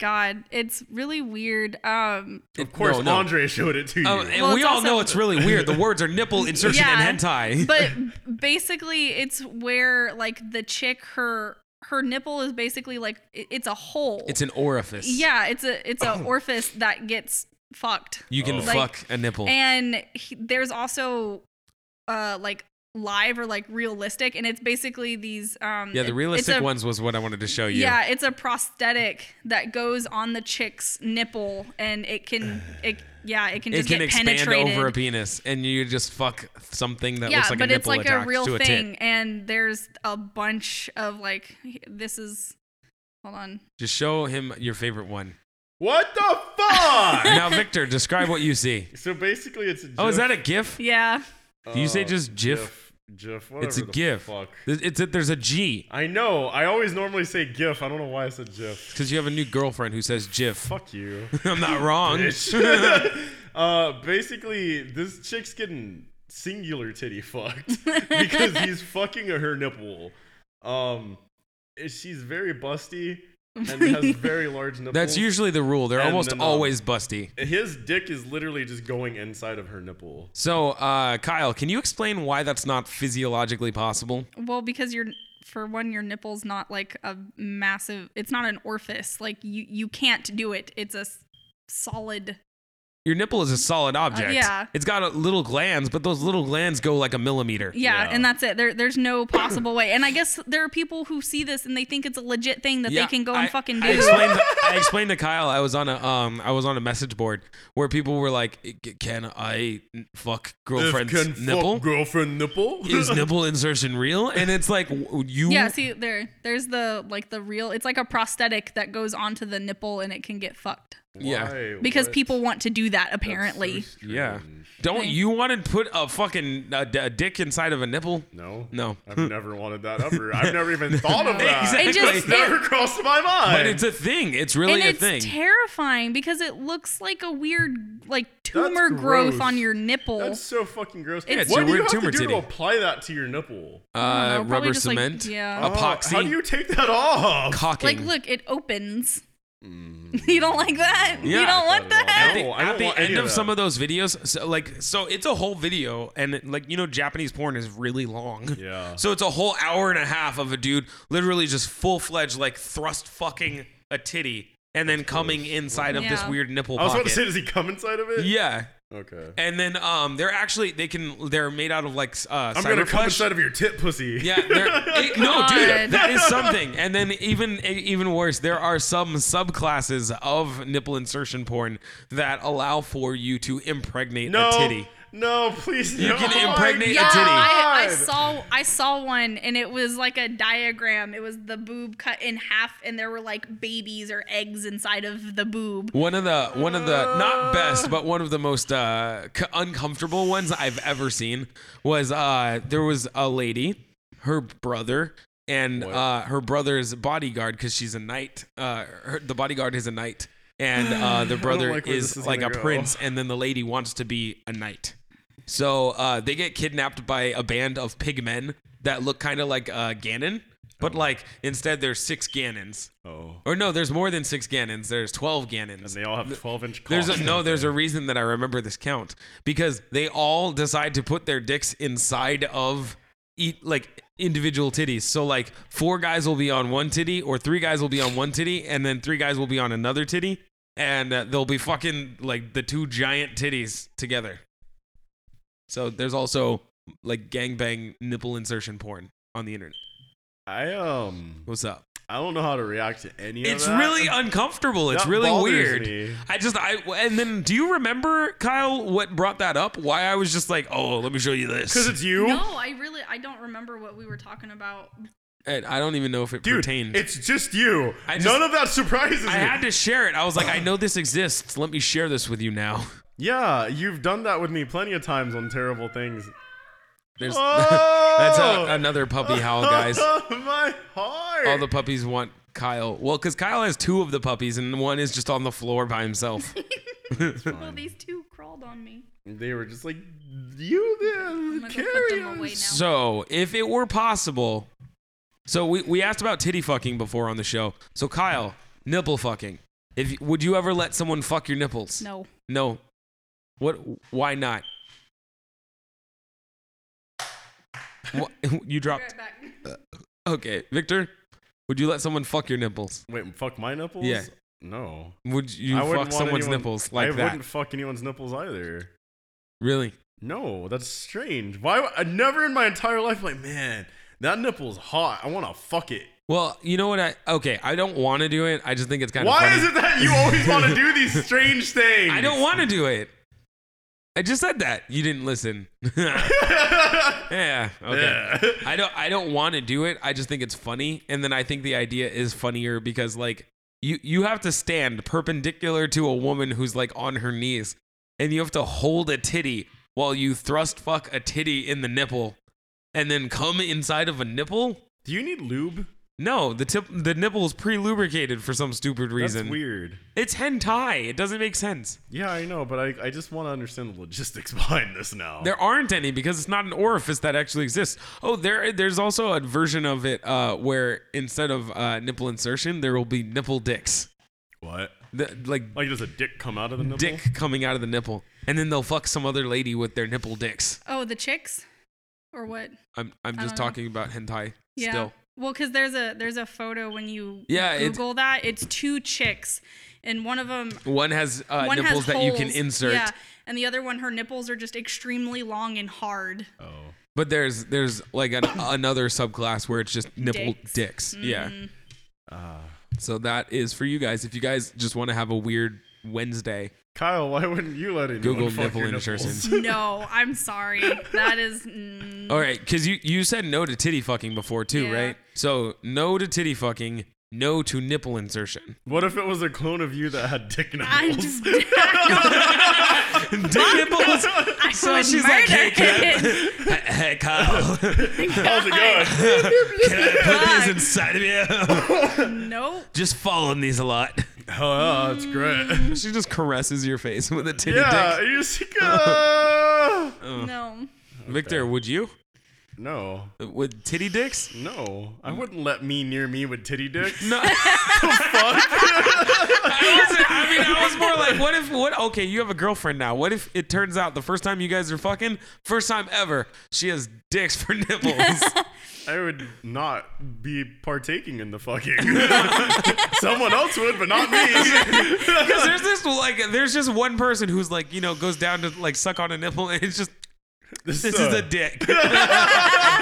God, it's really weird. Um,
Of course,
No, no.
Andre showed it to you.
Oh, and
Well,
we
it's
all
also-
know it's really weird. The words are nipple insertion and hentai.
but basically, it's where like the chick her her nipple is basically like it- it's a hole.
it's an orifice.
yeah, it's a it's a orifice that gets fucked,
You can
Oh.
fuck
Like-
a nipple.
and he, there's also uh like live or like realistic, and it's basically these um
yeah,
it-
the realistic
it's a-
ones was what I wanted to show you.
Yeah, it's a prosthetic that goes on the chick's nipple, and it can it yeah it can
It
just
can
get
expand
penetrated.
over a penis, and you just fuck something that
yeah,
looks like
but
a
it's
nipple
like a
attached
real
to a
thing,
tit.
and there's a bunch of like this is. Hold on.
Just show him your favorite one.
What the fuck?
now, Victor, describe what you see.
so basically, it's. A
Oh, is that a GIF?
Yeah,
Do you say just GIF?
Uh, GIF. Whatever
It's a
the
GIF.
Fuck.
Th- It's a, there's a G
I know. I always normally say GIF. I don't know why I said GIF.
because you have a new girlfriend who says GIF.
Fuck you.
I'm not wrong.
bitch. uh, basically, this chick's getting singular titty fucked because he's fucking her nipple. Um, eh, she's very busty and has very large nipples.
That's usually the rule. They're
And
almost
then, um,
always busty.
His dick is literally just going inside of her nipple.
So, uh, Kyle, can you explain why that's not physiologically possible?
well, because you're for one, your nipple's not like a massive. It's not an orifice. Like you, you can't do it. It's a s- solid.
Your nipple is a solid object.
Uh, yeah.
It's got a little glands, but those little glands go like a millimeter.
Yeah,
Yeah.
and that's it. There, there's no possible way. And I guess there are people who see this and they think it's a legit thing that
Yeah,
they can go and
I-
fucking do.
I explained, to, I explained to Kyle. I was on a um, I was on a message board where people were like, "C- "Can I n- fuck girlfriend's nipple?
girlfriend nipple.
Is nipple insertion real?" And it's like w- you.
Yeah, see there there's the like the real it's like a prosthetic that goes onto the nipple and it can get fucked.
Yeah.
Why?
Because
What?
people want to do that
That's so
apparently.
Yeah.
strange.
Don't
Okay.
you want to put a fucking uh, d- a dick inside of a nipple?
No.
No.
I've never wanted that ever. I've never even thought of that.
Exactly.
It just-
It's never crossed my mind.
But it's a thing. It's really
and
a
it's
thing.
terrifying because it looks like a weird like tumor growth
gross.
on your nipple.
That's so fucking gross.
It's-
It's
what
a
do you
weird
have to
tumor
do
titty.
to apply that to your nipple?
I
uh,
don't know, probably
rubber
just, like,
cement,
yeah.
epoxy,
Oh, How do you take that off?
cocking.
like look, it opens. you don't like that?
Yeah,
you
I
don't want
at
that?
the,
No, Mm. I
at
don't
the
want any
end
of
of,
that.
some of those videos, so, like, so it's a whole video, and it- like you know, Japanese porn is really long.
Yeah.
So it's a whole hour and a half of a dude literally just full fledged like thrust fucking a titty and then coming inside of this
Yeah.
weird nipple
I was about
pocket.
to say, does he come inside of it?
yeah,
Okay.
and then um, they're actually they can they're made out of like s- uh,
I'm gonna come
cyberplush.
inside of your tit pussy.
Yeah, there, it- no, dude,
God.
that is something. And then even e, even worse, there are some subclasses of nipple insertion porn that allow for you to impregnate
No.
a titty.
No, please.
You
no.
can
Oh my
impregnate a
Yeah,
titty.
I, I
God. Oh.
saw I saw one and it was like a diagram. It was the boob cut in half and there were like babies or eggs inside of the boob.
One of the one of the not best, but one of the most uh, c- uncomfortable ones I've ever seen was uh, there was a lady, her brother, and
What?
uh, her brother's bodyguard because she's a knight. Uh, her, the bodyguard is a knight, and uh, the brother
like where
is,
this is
like a
gonna go.
prince, and then the lady wants to be a knight. So uh, they get kidnapped by a band of pig men that look kind of like uh, Ganon, but like instead there's six Ganons.
Oh.
Or no, there's more than six Ganons. There's twelve Ganons.
And they all have 12 inch.
There's a,
cocks.
no, there's a reason that I remember this count because they all decide to put their dicks inside of eat like individual titties. So like four guys will be on one titty, or three guys will be on one titty, and then three guys will be on another titty, and uh, they'll be fucking like the two giant titties together. So there's also like gangbang nipple insertion porn on the internet.
I um.
What's up?
I don't know how to react to any of
It's
that.
really uncomfortable. It's
That
really
bothers
weird.
me.
I just I and then do you remember Kyle what brought that up? Why I was just like, "Oh, let me show you this."
because it's you,
No, I really I don't remember what we were talking about.
And I don't even know if it
dude.
pertained.
It's just you.
I just-
None of that surprises me.
I had to share it. I was like, "I know this exists. Let me share this with you now."
yeah, you've done that with me plenty of times on terrible things.
There's
Oh,
That's a, another puppy howl, guys.
My heart.
All the puppies want Kyle. Well, because Kyle has two of the puppies, and one is just on the floor by himself.
Well, Oh, these two crawled on me.
they were just like you. Then
I'm gonna go put
carry
them away now.
us."
So, if it were possible, so we, we asked about titty fucking before on the show. So, Kyle, nipple fucking. If would you ever let someone fuck your nipples?
No.
No. What? Why not? Wha- you dropped. Okay, Victor, would you let someone fuck your nipples?
Wait, fuck my nipples.
Yeah.
No.
Would you
I wouldn't
fuck
want
someone's
anyone-
nipples like
I
that?
wouldn't fuck anyone's nipples either.
Really?
No, that's strange. Why? would- I never in my entire life like, man, that nipple's hot. I want to fuck it.
Well, you know what? I okay. I don't want to do it. I just think it's kind of.
Why
funny.
is it that you always want to do these strange things?
I don't want to do it. I just said that. You didn't listen. yeah. Okay.
Yeah.
I don't. I don't want to do it. I just think it's funny, and then I think the idea is funnier because like you you have to stand perpendicular to a woman who's like on her knees, and you have to hold a titty while you thrust fuck a titty in the nipple, and then come inside of a nipple.
Do you need lube?
No, the tip, the nipple is pre-lubricated for some stupid reason.
That's weird.
It's hentai. It doesn't make sense.
Yeah, I know, but I, I just want to understand the logistics behind this now.
Oh. There aren't any because it's not an orifice that actually exists. Oh, there there's also a version of it uh, where instead of uh, nipple insertion, there will be nipple dicks.
what?
The, like
Like, does a dick come out of the nipple?
dick coming out of the nipple. And then they'll fuck some other lady with their nipple dicks.
Oh, the chicks? Or what?
I'm I'm
I
just
don't know.
talking about hentai
Uh-huh. Yeah.
still.
Well, because there's a there's a photo when you
Yeah, it's-
Google that it's two chicks, and one of them
One has uh,
one
nipples
has
that you can
holes.
insert,
Yeah, and the other one her nipples are just extremely long and hard.
Oh.
but there's there's like an, another subclass where it's just nipple dicks.
Dicks. Mm-hmm.
Yeah. Uh. So that is for you guys. If you guys just want to have a weird Wednesday,
Kyle, why wouldn't you let anyone
Google
fuck
nipple
your
insertion.
nipples?
no, I'm sorry. That is mm,
All right, because you you said no to titty fucking before too,
Yeah.
right? So no to titty fucking, no to nipple insertion.
What if it was a clone of you that had dick
I'm
nipples?
just, I
Dick nipples. So
would
she's
murder
like, hey,
it.
Kyle, hey Kyle, can
How's it going?
I put these
Fuck.
inside of you?
Nope.
Just following these a lot.
oh, that's great.
She just caresses your face with a titty
Yeah,
dick.
you just go.
Uh.
No.
Victor, would you
No,
with titty dicks?
no, I wouldn't let me near me with titty dicks.
No. I, wasn't, I mean, I was more like, what if, what, okay, you have a girlfriend now. What if it turns out the first time you guys are fucking, first time ever, she has dicks for nipples?
I would not be partaking in the fucking. Someone else would, but not me.
Because there's this, like, there's just one person who's like, you know, goes down to, like, suck on a nipple and it's just, this is a dick.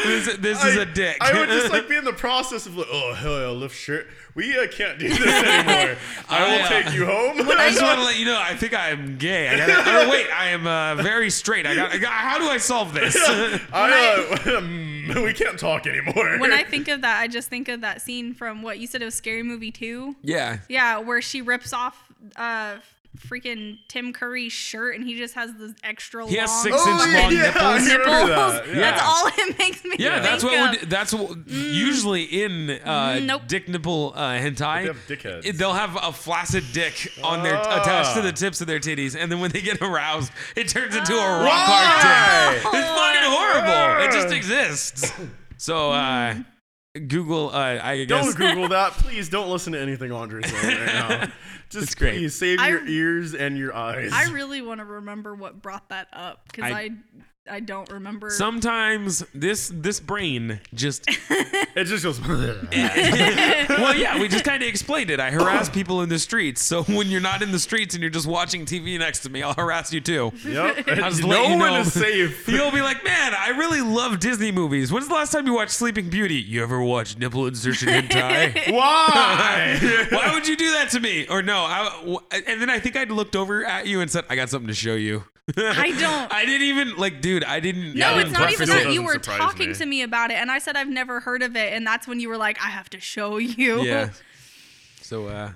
this this is a dick.
I would just like be in the process of like, oh hell yeah, lift shirt. We uh, can't do this anymore. I
I,
will
uh,
take you home.
I just want to let you know. I think I'm gay. I gotta, or wait, I am uh, very straight. I got. I got how do I solve this?
I, uh, um, we can't talk anymore.
When I think of that, I just think of that scene from what you said of Scary Movie 2.
yeah.
Yeah, where she rips off uh freaking Tim Curry's shirt and he just has this extra
He
long
has six inch
yeah,
long
Oh, yeah.
nipples.
I remember
nipples.
that, yeah.
That's all it makes me
Yeah,
think
that's what
of.
would that's what, usually in uh,
Nope.
dick nipple uh, hentai.
They have dickheads.
it- They'll have a flaccid dick on their
Ah.
attached to the tips of their titties, and then when they get aroused, it turns into a rock hard
Why?
dick. It's fucking horrible. It just exists. So uh, Google, uh, I guess.
Don't Google that. Please don't listen to anything Andre says right now. Just
It's great.
please save
I-
your ears and your eyes.
I really want to remember what brought that up
I-
because I, I don't remember.
Sometimes this this brain just
It just goes.
well yeah we just kind of explained it. I harass people in the streets, so when you're not in the streets and you're just watching TV next to me, I'll harass you too.
yep.
I was
no
letting you
one
know.
is safe.
You'll be like, man, I really love Disney movies. When's the last time you watched Sleeping Beauty? You ever watched nipple insertion hentai?
Why?
Why would you do that to me? Or no, I, w- and then I think I looked over at you and said, I got something to show you.
I don't.
I didn't even like, dude. I didn't. I
Yeah,
no,
didn't
it's not
Breakfast
even
preface
Club
it.
that. You were
doesn't surprise
talking
me.
to me about it, and I said I've never heard of it, and that's when you were like, "I have to show you."
Yeah. So uh,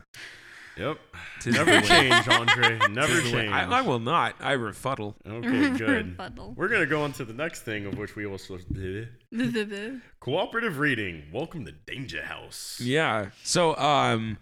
yep.
tis the
Never
way.
change, Andre. Never change.
I, I will not. I refuddle.
Okay, good.
Rebuttal.
We're gonna go on to the next thing of which we also cooperative reading. Welcome to Danger House.
Yeah. So um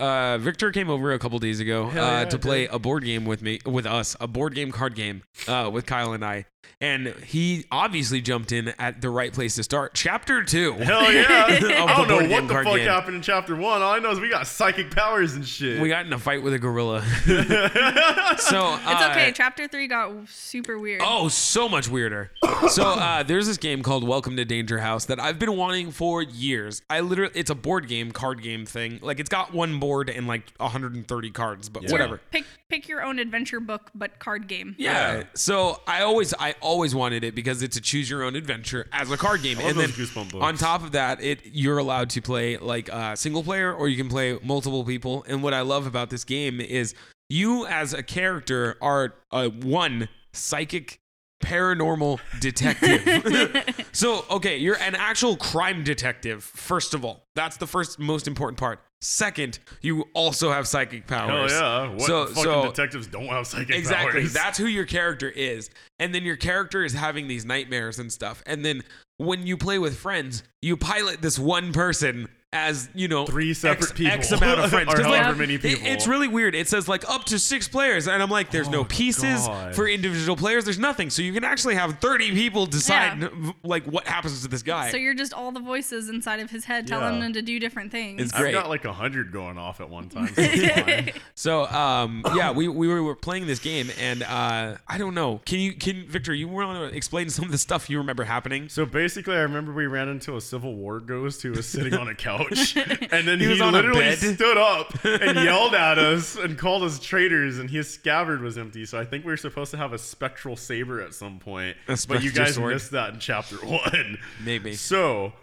uh Victor came over a couple days ago uh,
Hell yeah,
to
dude.
play a board game with me with us, a board game card game uh with Kyle and I. And he obviously jumped in at the right place to start. Chapter 2.
Hell yeah! I don't
board
know
game
what the
card
fuck
game.
happened in chapter one. All I know is we got psychic powers and shit.
We got in a fight with a gorilla. so uh,
It's okay. Chapter three got super weird.
Oh, so much weirder. So uh, there's this game called Welcome to Danger House that I've been wanting for years. I literally, it's a board game, card game thing. Like it's got one board and like 130 cards, but whatever.
Pick pick your own adventure book, but card game.
Yeah. So I always I always wanted it because it's a choose your own adventure as a card game.
love
and then
those Goosebump books.
on top of that, it you're allowed to play like uh, single player or you can play multiple people. And what I love about this game is you as a character are uh, one psychic paranormal detective. so, okay, you're an actual crime detective first of all. That's the first most important part. Second, you also have psychic
Hell
powers.
yeah! What
So-
fucking
so-
detectives don't have psychic
Exactly.
powers?
That's who your character is. And then your character is having these nightmares and stuff. And then when you play with friends, you pilot this one person as, you know,
Three separate
X,
people.
X amount of friends.
Or
'Cause, like,
however many
it-
people.
it's really weird. It says like up to six players. And I'm like, there's
Oh
no
my
pieces
God.
for individual players. There's nothing. So you can actually have 30 people decide
Yeah.
like what happens to this guy.
So you're just all the voices inside of his head telling
Yeah.
him to do different things.
It's-
I've
Great.
got like a hundred going off at one time. So it's fine.
So um yeah, we, we were playing this game and uh I don't know. Can you can Victor, you want to explain some of the stuff you remember happening?
So basically, I remember we ran into a Civil War ghost who was sitting on a couch, and then he,
He was on a
literally
bed.
stood up and yelled at us and called us traitors, and his scabbard was empty. So I think we were supposed to have a spectral saber at some point,
A
but you
spectral
guys
sword.
missed that in chapter one.
Maybe.
So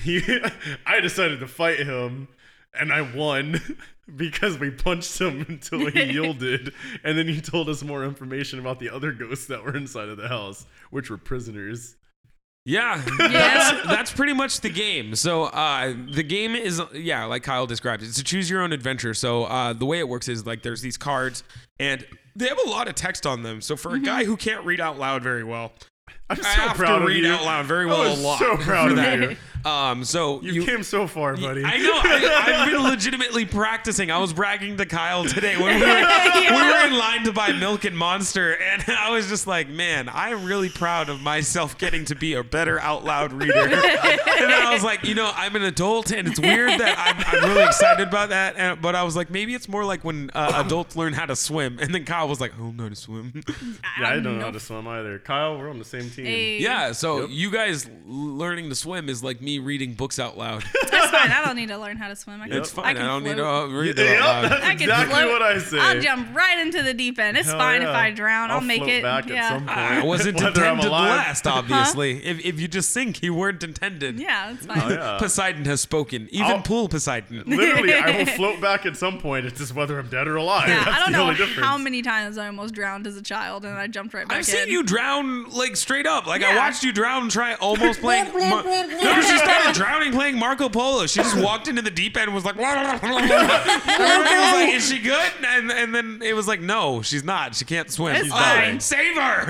he, I decided to fight him, and I won because we punched him until he yielded, and then he told us more information about the other ghosts that were inside of the house, which were prisoners.
Yeah, that's that's pretty much the game. So uh, the game is yeah, like Kyle described, it's a choose your own adventure. So uh, the way it works is like there's these cards, and they have a lot of text on them. So for a guy who can't read out loud very well,
Mm-hmm. I'm so
I have
proud
to
of
read
you.
out loud very
I
well
was
a lot.
So proud
for
of
that.
you.
Um, so
You, came so far, buddy.
I know. I, I've been legitimately practicing. I was bragging to Kyle today when we were, we were in line to buy milk and Monster, and I was just like, "Man, I'm really proud of myself getting to be a better out loud reader." and I was like, "You know, I'm an adult, and it's weird that I'm, I'm really excited about that." And, but I was like, maybe it's more like when uh, adults learn how to swim. And then Kyle was like, "I don't know how to swim."
yeah, I
I'm
don't know how
no-
to swim either. Kyle, we're on the same team.
Hey.
yeah. So you guys learning to swim is like me reading books out loud.
That's fine. I don't need to learn how to swim. I can,
It's fine. I,
can
don't need to
float.
uh, read
Yep,
them out loud.
that's
I can
exactly
float.
what I say.
I'll jump right into the deep end. It's
Hell
fine
yeah.
if I drown. I'll, make
float
it.
back
yeah.
at some point.
I wasn't
Whether I'm
intended to
alive-
last, obviously. If, if you just sink, you weren't intended.
Uh-huh. yeah, it's fine.
Oh, yeah.
Poseidon has spoken. Even
I'll-
pool Poseidon.
Literally, I will float back at some point. It's just whether I'm dead or alive.
Yeah,
That's
I don't
the
know
only difference.
how many times I almost drowned as a child and I jumped right back
I've
in.
seen you drown like straight up. Like I
Yeah.
watched you drown try almost playing. Mar- no, she started drowning playing Marco Polo. She just walked into the deep end and was like, Everybody was like, is she good? And and then it was like, no, she's not. She can't swim.
It's
Oh,
fine.
Save her.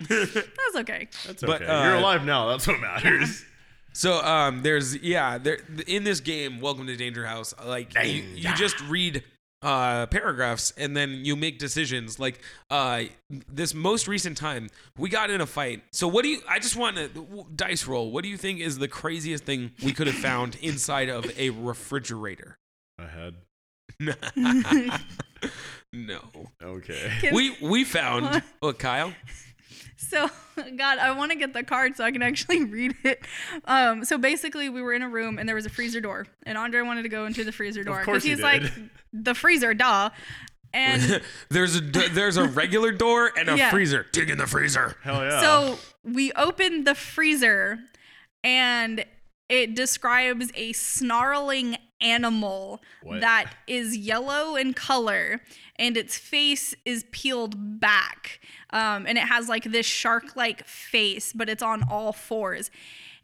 That's okay.
That's okay.
But, uh,
You're alive now. That's what matters.
So um, there's yeah, there in this game, Welcome to Danger House. Like you, you just read uh paragraphs and then you make decisions. Like uh, this most recent time, we got in a fight. So what do you? I just want to dice roll. What do you think is the craziest thing we could have found inside of a refrigerator?
I had.
no,
Okay.
we we found. Oh, Kyle.
So, God, I want to get the card so I can actually read it. Um, so basically, we were in a room and there was a freezer door, and Andre wanted to go into the freezer door
course he
he's
did.
like, the freezer, duh. And
there's a d- there's a regular door and a
Yeah.
freezer. Dig in the freezer.
Hell yeah.
so we opened the freezer, and it describes a snarling animal
What?
that is yellow in color and its face is peeled back. Um, and it has like this shark like face, but it's on all fours.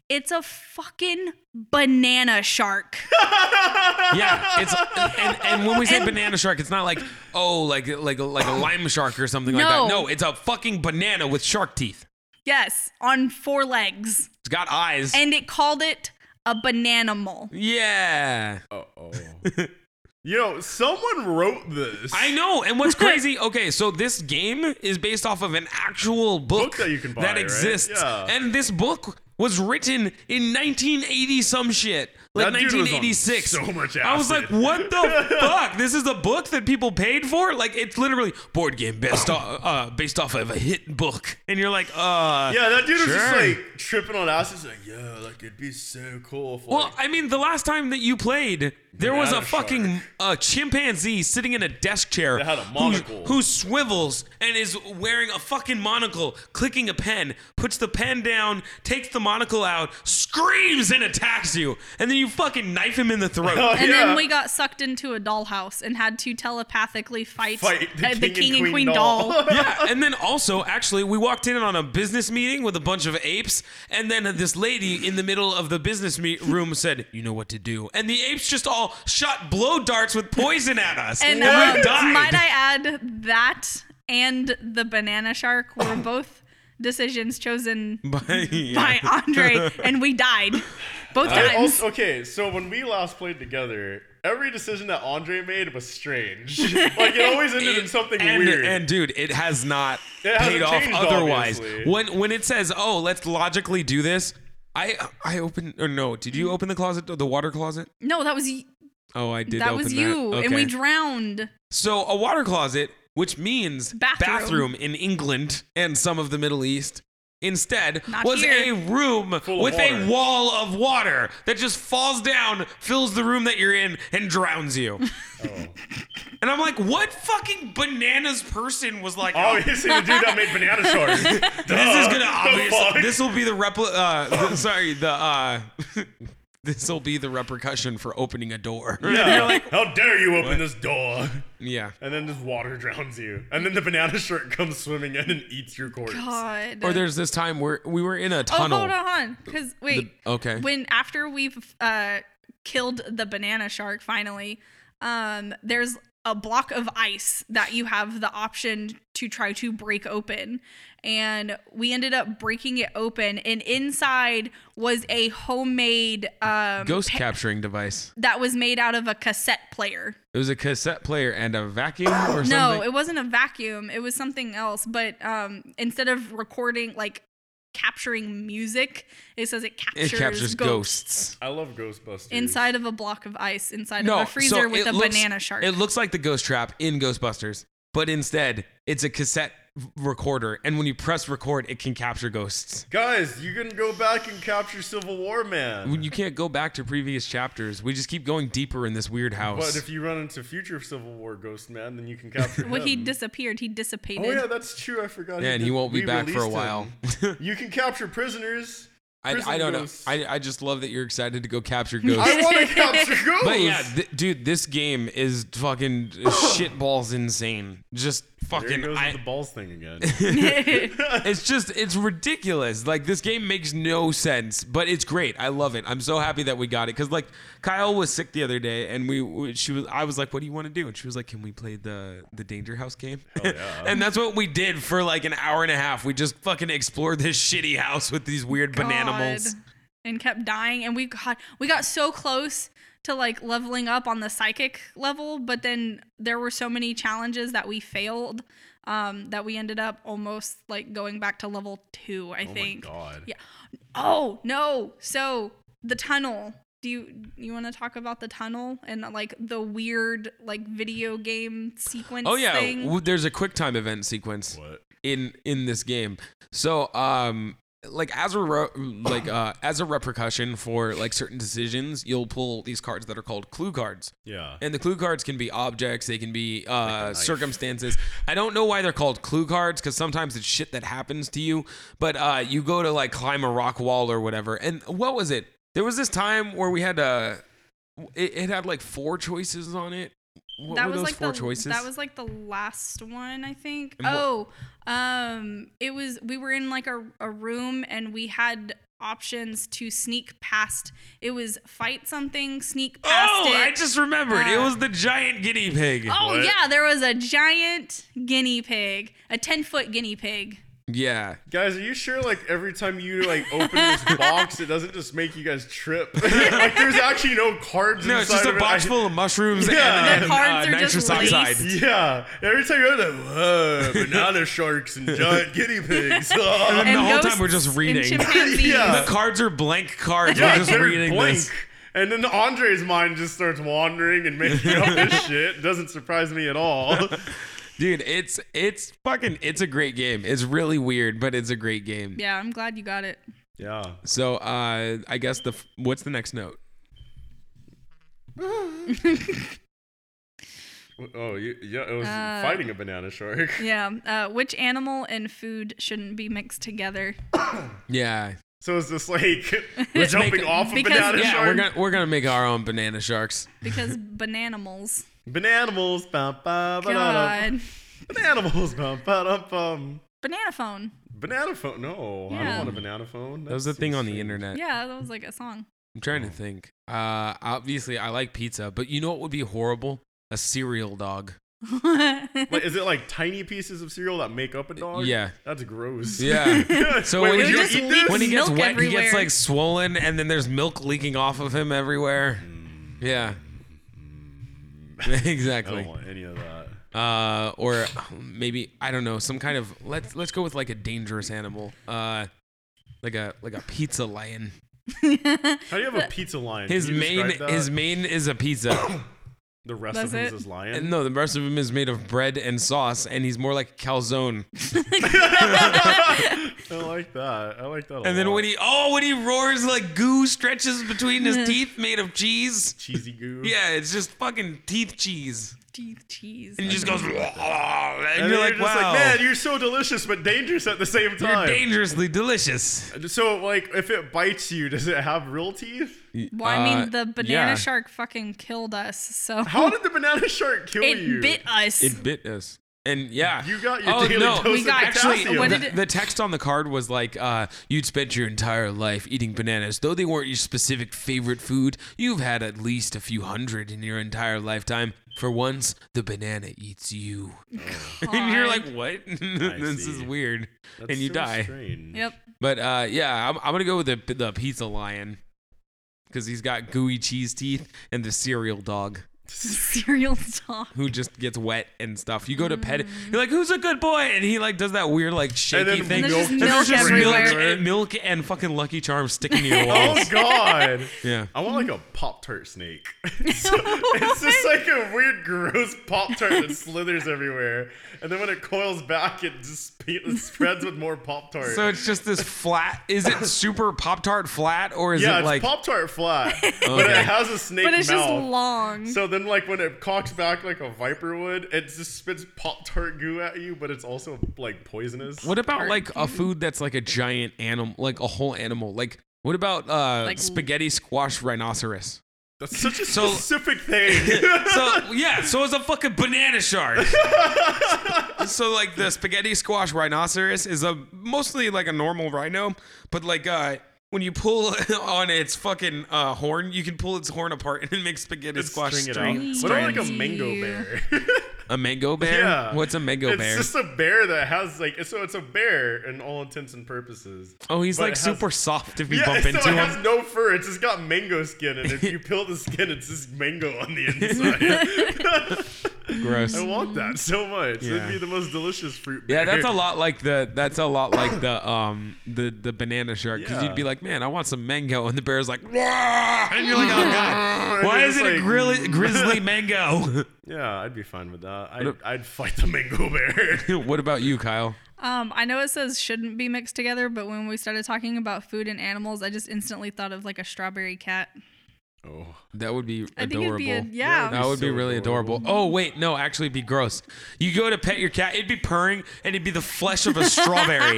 It's a fucking banana shark.
Yeah, it's and, and when we say
And-
banana shark, it's not like oh like like like a lime shark or something like
No.
that. No, it's a fucking banana with shark teeth.
yes, on four legs.
It's got eyes.
And it called it a bananimal.
yeah.
Uh oh. you know, someone wrote this.
I know. And what's crazy? Okay, so this game is based off of an actual book,
Book that you can buy,
that
right?
exists.
Yeah.
And this book was written in 1980 some shit. Like
That dude was on
1986.
so much
I was like,
acid.
what the fuck? This is a book that people paid for? Like it's literally board game based off, uh, based off of a hit book. And you're like, uh
Yeah, that dude was just
Sure.
like tripping on asses. Like, yeah, like it'd be so cool. If,
Well,
like,
I mean, the last time that you played, there was a
Banana shark.
fucking uh, chimpanzee sitting in a desk chair
That had a
who-
monocle.
Who, swivels and is wearing a fucking monocle, clicking a pen, puts the pen down, takes the monocle out, screams and attacks you, and then you fucking knife him in the throat.
Oh,
And
yeah.
then we got sucked into a dollhouse and had to telepathically fight,
Fight the
uh,
king and queen doll.
yeah, and then also, actually, we walked in on a business meeting with a bunch of apes, and then this lady in the middle of the business meet room said, "You know what to do," and the apes just all shot blow darts with poison at us,
And
we
um,
died.
might I add that and the banana shark were both decisions chosen
By- yeah.
by Andre, and we died both
I
times.
also, okay, so when we last played together, every decision that Andre made was strange. like it always ended in something
and,
weird.
and dude, it has not
It hasn't
paid off
changed,
otherwise.
obviously.
When when it says, "Oh, let's logically do this," I I opened or no? Did you open the closet, the water closet?
no, that was y-
Oh, I did.
that
open
was you,
Okay.
and we drowned.
So a water closet, which means
Bathroom.
bathroom in England and some of the Middle East, instead
Not
was a
here.
room
Full of
with
water.
a wall of water that just falls down, fills the room that you're in, and drowns you. And I'm like, what fucking bananas person was like, oh,
obviously, the dude that made banana shark.
this is gonna
fuck?
obviously, this will be the repli- uh, the, sorry, the, uh, this will be the repercussion for opening a door.
Yeah.
You're like,
How dare you open this door?
yeah.
And then this water drowns you. And then the banana shark comes swimming in and eats your corpse.
God.
Or there's this time where we were in a
oh,
tunnel.
hold on, because wait,
okay.
when after we've uh, killed the banana shark finally, um, there's a block of ice that you have the option to try to break open. And we ended up breaking it open, and inside was a homemade um,
ghost capturing device.
that was made out of a cassette player.
It was a cassette player and a vacuum or
Oh, No,
something.
it wasn't a vacuum, it was something else. But um, instead of recording, like, capturing music it says it
it
captures,
captures
ghosts.
ghosts.
I love Ghostbusters.
inside of a block of ice, inside
No,
of a freezer
so
with
it
a
looks-
banana shark.
It looks like the ghost trap in Ghostbusters, but instead it's a cassette v- recorder, and when you press record, it can capture ghosts.
Guys, you can go back and capture Civil War Man.
When you can't go back to previous chapters, we just keep going deeper in this weird house.
But if you run into future Civil War Ghost Man, then you can capture
well,
him.
he disappeared. He dissipated.
Oh yeah, that's true. I forgot.
yeah, and he
did-
won't be
we
back for a
released
while.
him. You can capture prisoners.
I,
Prison
I don't know.
ghosts.
I, I just love that you're excited to go capture ghosts.
I want to capture ghosts.
But yeah, th- dude, this game is fucking shit balls insane. Just
there he
fucking,
goes
I-
with the balls thing again. Oh
it's just, it's ridiculous. Like this game makes no sense, but it's great. I love it. I'm so happy that we got it because like Kyle was sick the other day, and we, we- she was, I was like, "What do you want to do?" And she was like, "Can we play the the Danger House game?"
yeah.
and that's what we did for like an hour and a half. We just fucking explored this shitty house with these weird
God.
bananimals.
And kept dying, and we got we got so close to like leveling up on the psychic level, but then there were so many challenges that we failed um, that we ended up almost like going back to level two. I
oh my
think.
god.
Yeah. Oh no! So the tunnel. Do you you want to talk about the tunnel and like the weird like video game sequence?
Oh yeah,
thing?
w- there's a quick time event sequence.
What?
in in this game. So um like as a re- like uh as a repercussion for like certain decisions, you'll pull these cards that are called clue cards.
Yeah.
And the clue cards can be objects, they can be uh,
knife.
circumstances. I don't know why they're called clue cards because sometimes it's shit that happens to you. But uh, you go to like climb a rock wall or whatever. And what was it? There was this time where we had uh, it, it had like four choices on it. What
that
were
was
those
like
four
the,
choices?
That was like the last one, I think.
And what-
oh, um, it was we were in like a, a room and we had options to sneak past. It was fight something, sneak past
oh,
it.
I just remembered. it
Uh,
was the giant guinea pig.
oh
What?
yeah, there was a giant guinea pig, a ten foot guinea pig.
Yeah.
Guys, are you sure like every time you like open this box, it doesn't just make you guys trip? like there's actually no cards
No, it's
inside
just a
of it.
box
I-
full of mushrooms
Yeah.
and, and
The cards
uh,
are just
nitrous
laced.
oxide.
Yeah. Every time you're like, whoa, banana sharks and giant guinea pigs.
And
yeah,
the whole time we're
ghosts
just
and
reading.
chimpanzees.
Yeah.
The cards are blank cards. We're just
they're
reading
blank.
this.
And then Andre's mind just starts wandering and making up this shit. Doesn't surprise me at all.
Dude, it's it's fucking it's a great game. It's really weird, but it's a great game.
Yeah, I'm glad you got it.
Yeah.
So uh I guess the f- what's the next note?
Oh, you, yeah. It was
Uh,
fighting a banana shark.
Yeah. Uh, which animal and food shouldn't be mixed together?
Yeah.
So it's just like we're jumping
Make-
off a
because-
banana
Yeah,
shark.
we're gonna we're gonna make our own banana sharks.
Because bananimals.
Bananimals. Ba, ba, ba, da, da.
God.
Bananimals. Ba, ba, da, bum.
Banana phone.
Banana phone. No, I don't
Yeah.
want a banana phone.
That was the
That
thing
seems
on the
strange.
internet.
Yeah, that was like a song.
I'm trying to think. Uh obviously I like pizza, but you know what would be horrible? A cereal dog.
Wait, is it like tiny pieces of cereal that make up a dog?
Yeah.
That's gross.
Yeah. So
Wait,
when
would
he
you
just
eat
leaks-
this?
When he gets
Milk
wet, he
everywhere.
gets like swollen and then there's milk leaking off of him everywhere. Yeah.
I don't
exactly.
want any of that.
uh, or maybe I don't know some kind of let's let's go with like a dangerous animal, uh, like a like a pizza lion.
How do you have a pizza lion? Can
His
you
main
describe that?
his main is a pizza,
the rest of
That's
him is
it?
his lion.
and no, the rest of him is made of bread and sauce, and he's more like a calzone.
I like that. I like that. A
And then
lot.
when he oh when he roars like goo stretches between his teeth made of cheese.
cheesy goo.
Yeah, it's just fucking teeth cheese,
Teeth cheese.
and he just goes "Wah,"
And
and,
then
you're like
just
wow,
like, man, you're so delicious but dangerous at the same
you're
time.
dangerously delicious.
so like, if it bites you, does it have real teeth?
Well, I mean,
Uh,
the banana
yeah.
shark fucking killed us, so
How did the banana shark kill
it
you?
bit us.
It bit us. And yeah,
You got your daily dose
We
of
got-
potassium.
actually
What
the,
did it-
the text on the card was like, uh, "You'd spent your entire life eating bananas, though they weren't your specific favorite food. You've had at least a few hundred in your entire lifetime. For once, the banana eats you." And you're like, "What? this is
see.
weird."
That's
and you
so
die.
strange.
yep.
But uh, yeah, I'm, I'm gonna go with the the pizza lion because he's got gooey cheese teeth and the cereal dog.
Cereal dog.
who just gets wet and stuff. You go to pet, you're like, "Who's a good boy?" And he like does that weird like shaky
then
thing.
And there's just
Milk-
milk
there's just
everywhere.
milk and, milk and fucking Lucky Charms sticking to your
Oh
walls.
God.
yeah.
I want like a Pop Tart snake. So- it's just like a weird, gross Pop Tart that slithers everywhere, and then when it coils back, it just spe- it spreads with more Pop Tart.
So it's just this flat. Is it super Pop Tart flat or is
yeah,
it
it's
like?
Pop Tart flat, but it
Okay.
has a snake
But it's just
mouth.
long.
so then, like when it cocks back like a viper would, it just spits Pop Tart goo at you, but it's also like poisonous.
what about like a food that's like a giant animal, like a whole animal? Like what about uh,
Like-
spaghetti squash rhinoceros?
That's such a
So-
specific thing.
So yeah, so it's a fucking banana shark. so like the spaghetti squash rhinoceros is a mostly like a normal rhino, but like uh when you pull on its fucking uh, horn, you can pull its horn apart and then make spaghetti
Just
squash
string it
string.
out. What about like a
strands.
mango bear?
A mango bear?
Yeah.
What's a mango
it's
bear?
just a bear that has like so it's a bear in all intents and purposes.
oh, he's
but
like
it has-
super soft if you
Yeah,
bump
so
into
it
him.
has no fur. It's just got mango skin, and if you peel the skin, it's just mango on the inside.
Gross.
I want that so much.
Yeah.
It'd be the most delicious fruit.
Yeah,
Bear.
that's a lot like the that's a lot like the um the the banana shark because
Yeah.
you'd be like, man, I want some mango, and the bear's like, "Wah!" and you're like, oh god,
And
why
you're
is
just
it a
like,
grizzly, grizzly mango?
Yeah, I'd be fine with that. I'd,
What
I'd fight the mango bear.
what about you, Kyle?
Um, I know it says shouldn't be mixed together, but when we started talking about food and animals, I just instantly thought of like a strawberry cat.
Oh.
That would be
I think
adorable.
it'd be a yeah.
That would be
so
really adorable. Oh wait, no, actually, it'd be gross. You go to pet your cat, it'd be purring, and it'd be the flesh of a strawberry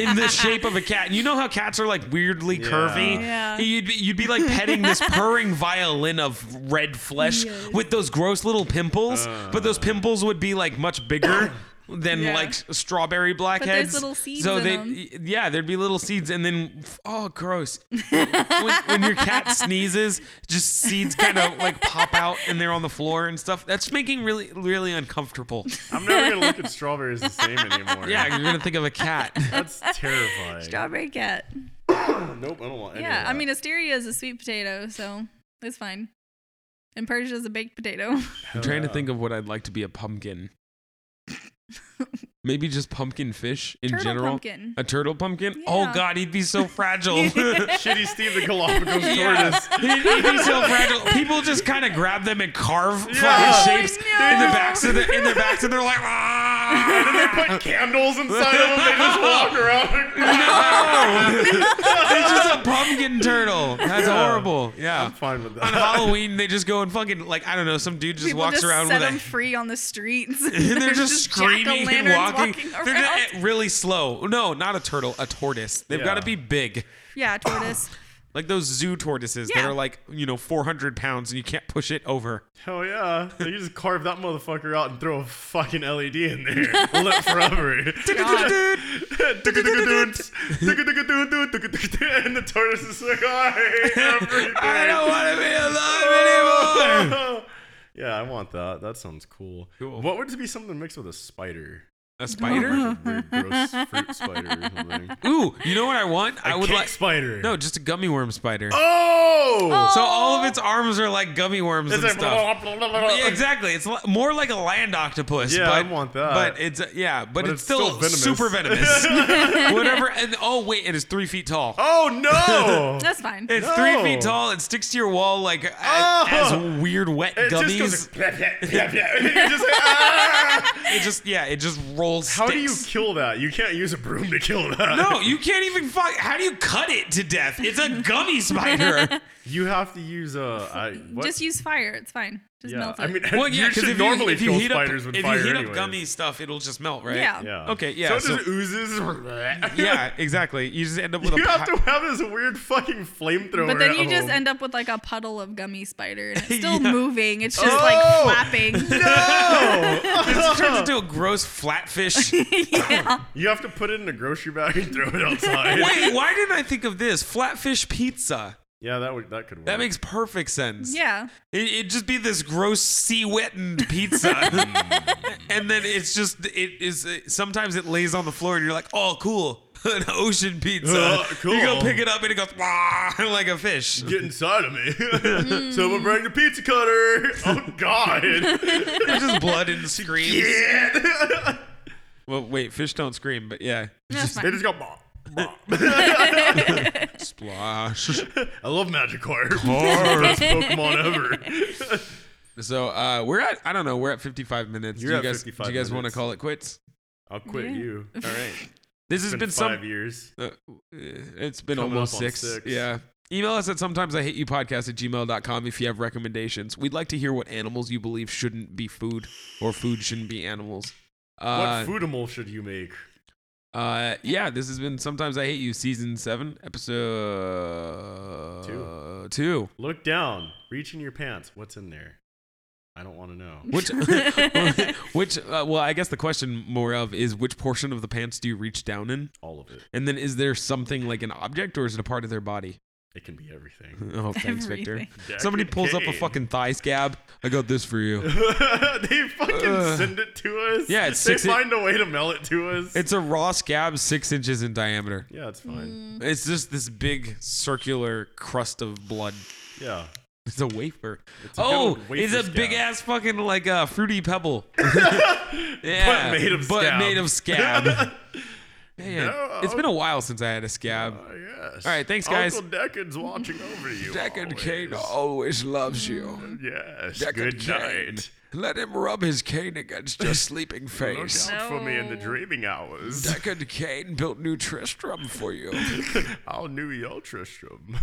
in the shape of a cat. And you know how cats are like weirdly curvy.
Yeah.
You'd be, you'd be like petting this purring violin of red flesh
Yes.
with those gross little pimples, but those pimples would be like much bigger. Than
Yeah.
like s- strawberry blackheads,
little seeds
So
in
they,
them.
yeah, there'd be little seeds, and then oh, gross! when, when your cat sneezes, just seeds kind of like pop out and they're on the floor and stuff. That's making really, really uncomfortable.
I'm never gonna look at strawberries the same anymore.
Yeah, you're gonna think of a cat.
That's terrifying. Oh,
Strawberry cat.
Nope, I don't want any
Yeah,
of
I
that.
mean Asteria is a sweet potato, so it's fine. And Persia is a baked potato.
I'm trying to think of what I'd like to be a pumpkin. Maybe just pumpkin fish in
Turtle
general.
pumpkin.
A turtle pumpkin. Oh
Yeah.
God, he'd be so fragile.
Shitty Steve the Galapagos
Yeah.
tortoise.
He'd be so fragile. People just kind of grab them and carve
Yeah. Oh,
fucking shapes
I
in the
know.
backs of the in their backs, and they're like, ah.
And then they put candles inside of them. They just walk around.
No! it's just a pumpkin turtle. That's
Yeah.
horrible. Yeah.
I'm fine with
On
that.
Halloween, they just go and fucking like I don't know. Some dude just
People
walks
just
around
set
with
them
a.
free on the streets.
And they're just, screaming and walking. They're
around.
just, eh, really slow. No, not a turtle, a tortoise. They've
Yeah.
got to be big,
yeah, tortoise.
like those zoo tortoises that
Yeah.
are like you know 400 pounds and you can't push it over.
Hell yeah. They just carve that motherfucker out and throw a fucking LED in there. Lit forever. and the tortoise is like, I hate everything.
I don't want to be alive anymore.
yeah, I want that. That sounds cool.
Cool.
What would it be something mixed with a spider?
A spider?
Like a weird, gross fruit spider or something.
Uh-huh. Ooh, you know what I want? I
A
would
cake
like
spider.
no, just a gummy worm spider.
Oh!
So all of its arms are like gummy worms
It's
and
like oh,
stuff.
blah, blah, blah, blah, blah.
Yeah, exactly. It's li- more like a land octopus.
Yeah, I
but,
want that.
But it's uh, yeah, but, it's,
it's
still,
still venomous.
super venomous. Whatever. And oh wait, it is three feet tall.
Oh no!
That's fine.
It's three
No.
feet tall. It sticks to your wall like a-
Oh.
as weird wet
it
gummies.
just goes like, "Bleh, bleh, bleh, bleh." You're just like, "Ah."
it just yeah, it just rolls.
How do you
sticks.
kill that? You can't use a broom to kill that.
No, you can't even fuck. How do you cut it to death? It's a gummy spider.
you have to use a. I, what?
Just use fire. It's fine. Just
yeah.
melt it.
I mean,
Well, yeah,
you
because
should
if, you
normally
if you
kill
heat up
spiders with
if
fire
you heat up
anyways.
gummy stuff, it'll just melt, right?
Yeah.
Yeah.
Okay, yeah,
So it
so-
just oozes.
Yeah, exactly. You just end up with
You
a
have
pi-
to have this weird fucking flamethrower.
But then
at
you just
home.
end up with like a puddle of gummy spider, and it's still
Yeah.
moving. It's just
Oh!
like flapping.
uh,
It turns into a gross flatfish.
yeah.
You have to put it in a grocery bag and throw it outside.
Wait, why didn't I think of this? Flatfish pizza.
Yeah, that would that could work.
That makes perfect sense.
Yeah.
It, it'd just be this gross sea wettened pizza. and then it's just, it is, sometimes it lays on the floor and you're like, oh, cool. An ocean pizza.
Oh,
You go
cool.
pick it up and it goes "Wah," like a fish.
get inside of
Hmm.
me. Someone bring the pizza cutter. Oh God.
There's just blood and screams.
yeah.
Well, wait, fish don't scream, but yeah.
That's
They
fine.
just go bop. bop.
Splash.
I love Magikarp. It's the best Pokemon ever.
So uh, we're at I don't know we're at 55 minutes.
You're
do you
at
guys,
55
do you guys want to
minutes.
call it quits?
I'll quit
Yeah.
you. All right.
This
It's
has
been,
been,
five
some.
years.
Uh, it's been
Coming
almost
up on
six.
six.
Yeah. Email us at sometimes I hate you podcast at gmail.com if you have recommendations. We'd like to hear what animals you believe shouldn't be food or food shouldn't be animals. Uh,
what food animal should you make?
uh, yeah, this has been Sometimes I Hate You, season seven, episode two. two.
Look down. Reach in your pants. What's in there? I don't want to know.
Which, which, uh, well, I guess the question more of is which portion of the pants do you reach down in?
All of it.
And then is there something like an object or is it a part of their body?
It can be everything.
Oh, thanks, Victor.
Everything.
Jack
Somebody
and
pulls up a
Kane.
fucking thigh scab. I got this for you.
they fucking
Ugh.
send it to us.
Yeah, it's
they
six-
find a way to mail it to us.
It's a raw scab six inches in diameter.
yeah, it's fine.
It's just this big circular crust of blood.
Yeah,
It's a wafer.
a
oh,
good wafer
it's a
scab.
big ass fucking like a uh, fruity pebble. yeah,
But made of
but
scab.
made of scab. Man,
No.
it's been a while since I had a scab.
Oh, yes.
All right, thanks, guys.
Uncle Deckard's watching over you.
Deckard Kane
always.
always loves you.
Yes.
Deckard
Mm. Good
Kane.
night.
Let him rub his cane against your sleeping
Look
face.
out for me in the
No.
dreaming hours.
Deckard Cain built new Tristram for you.
I'll new your Tristram.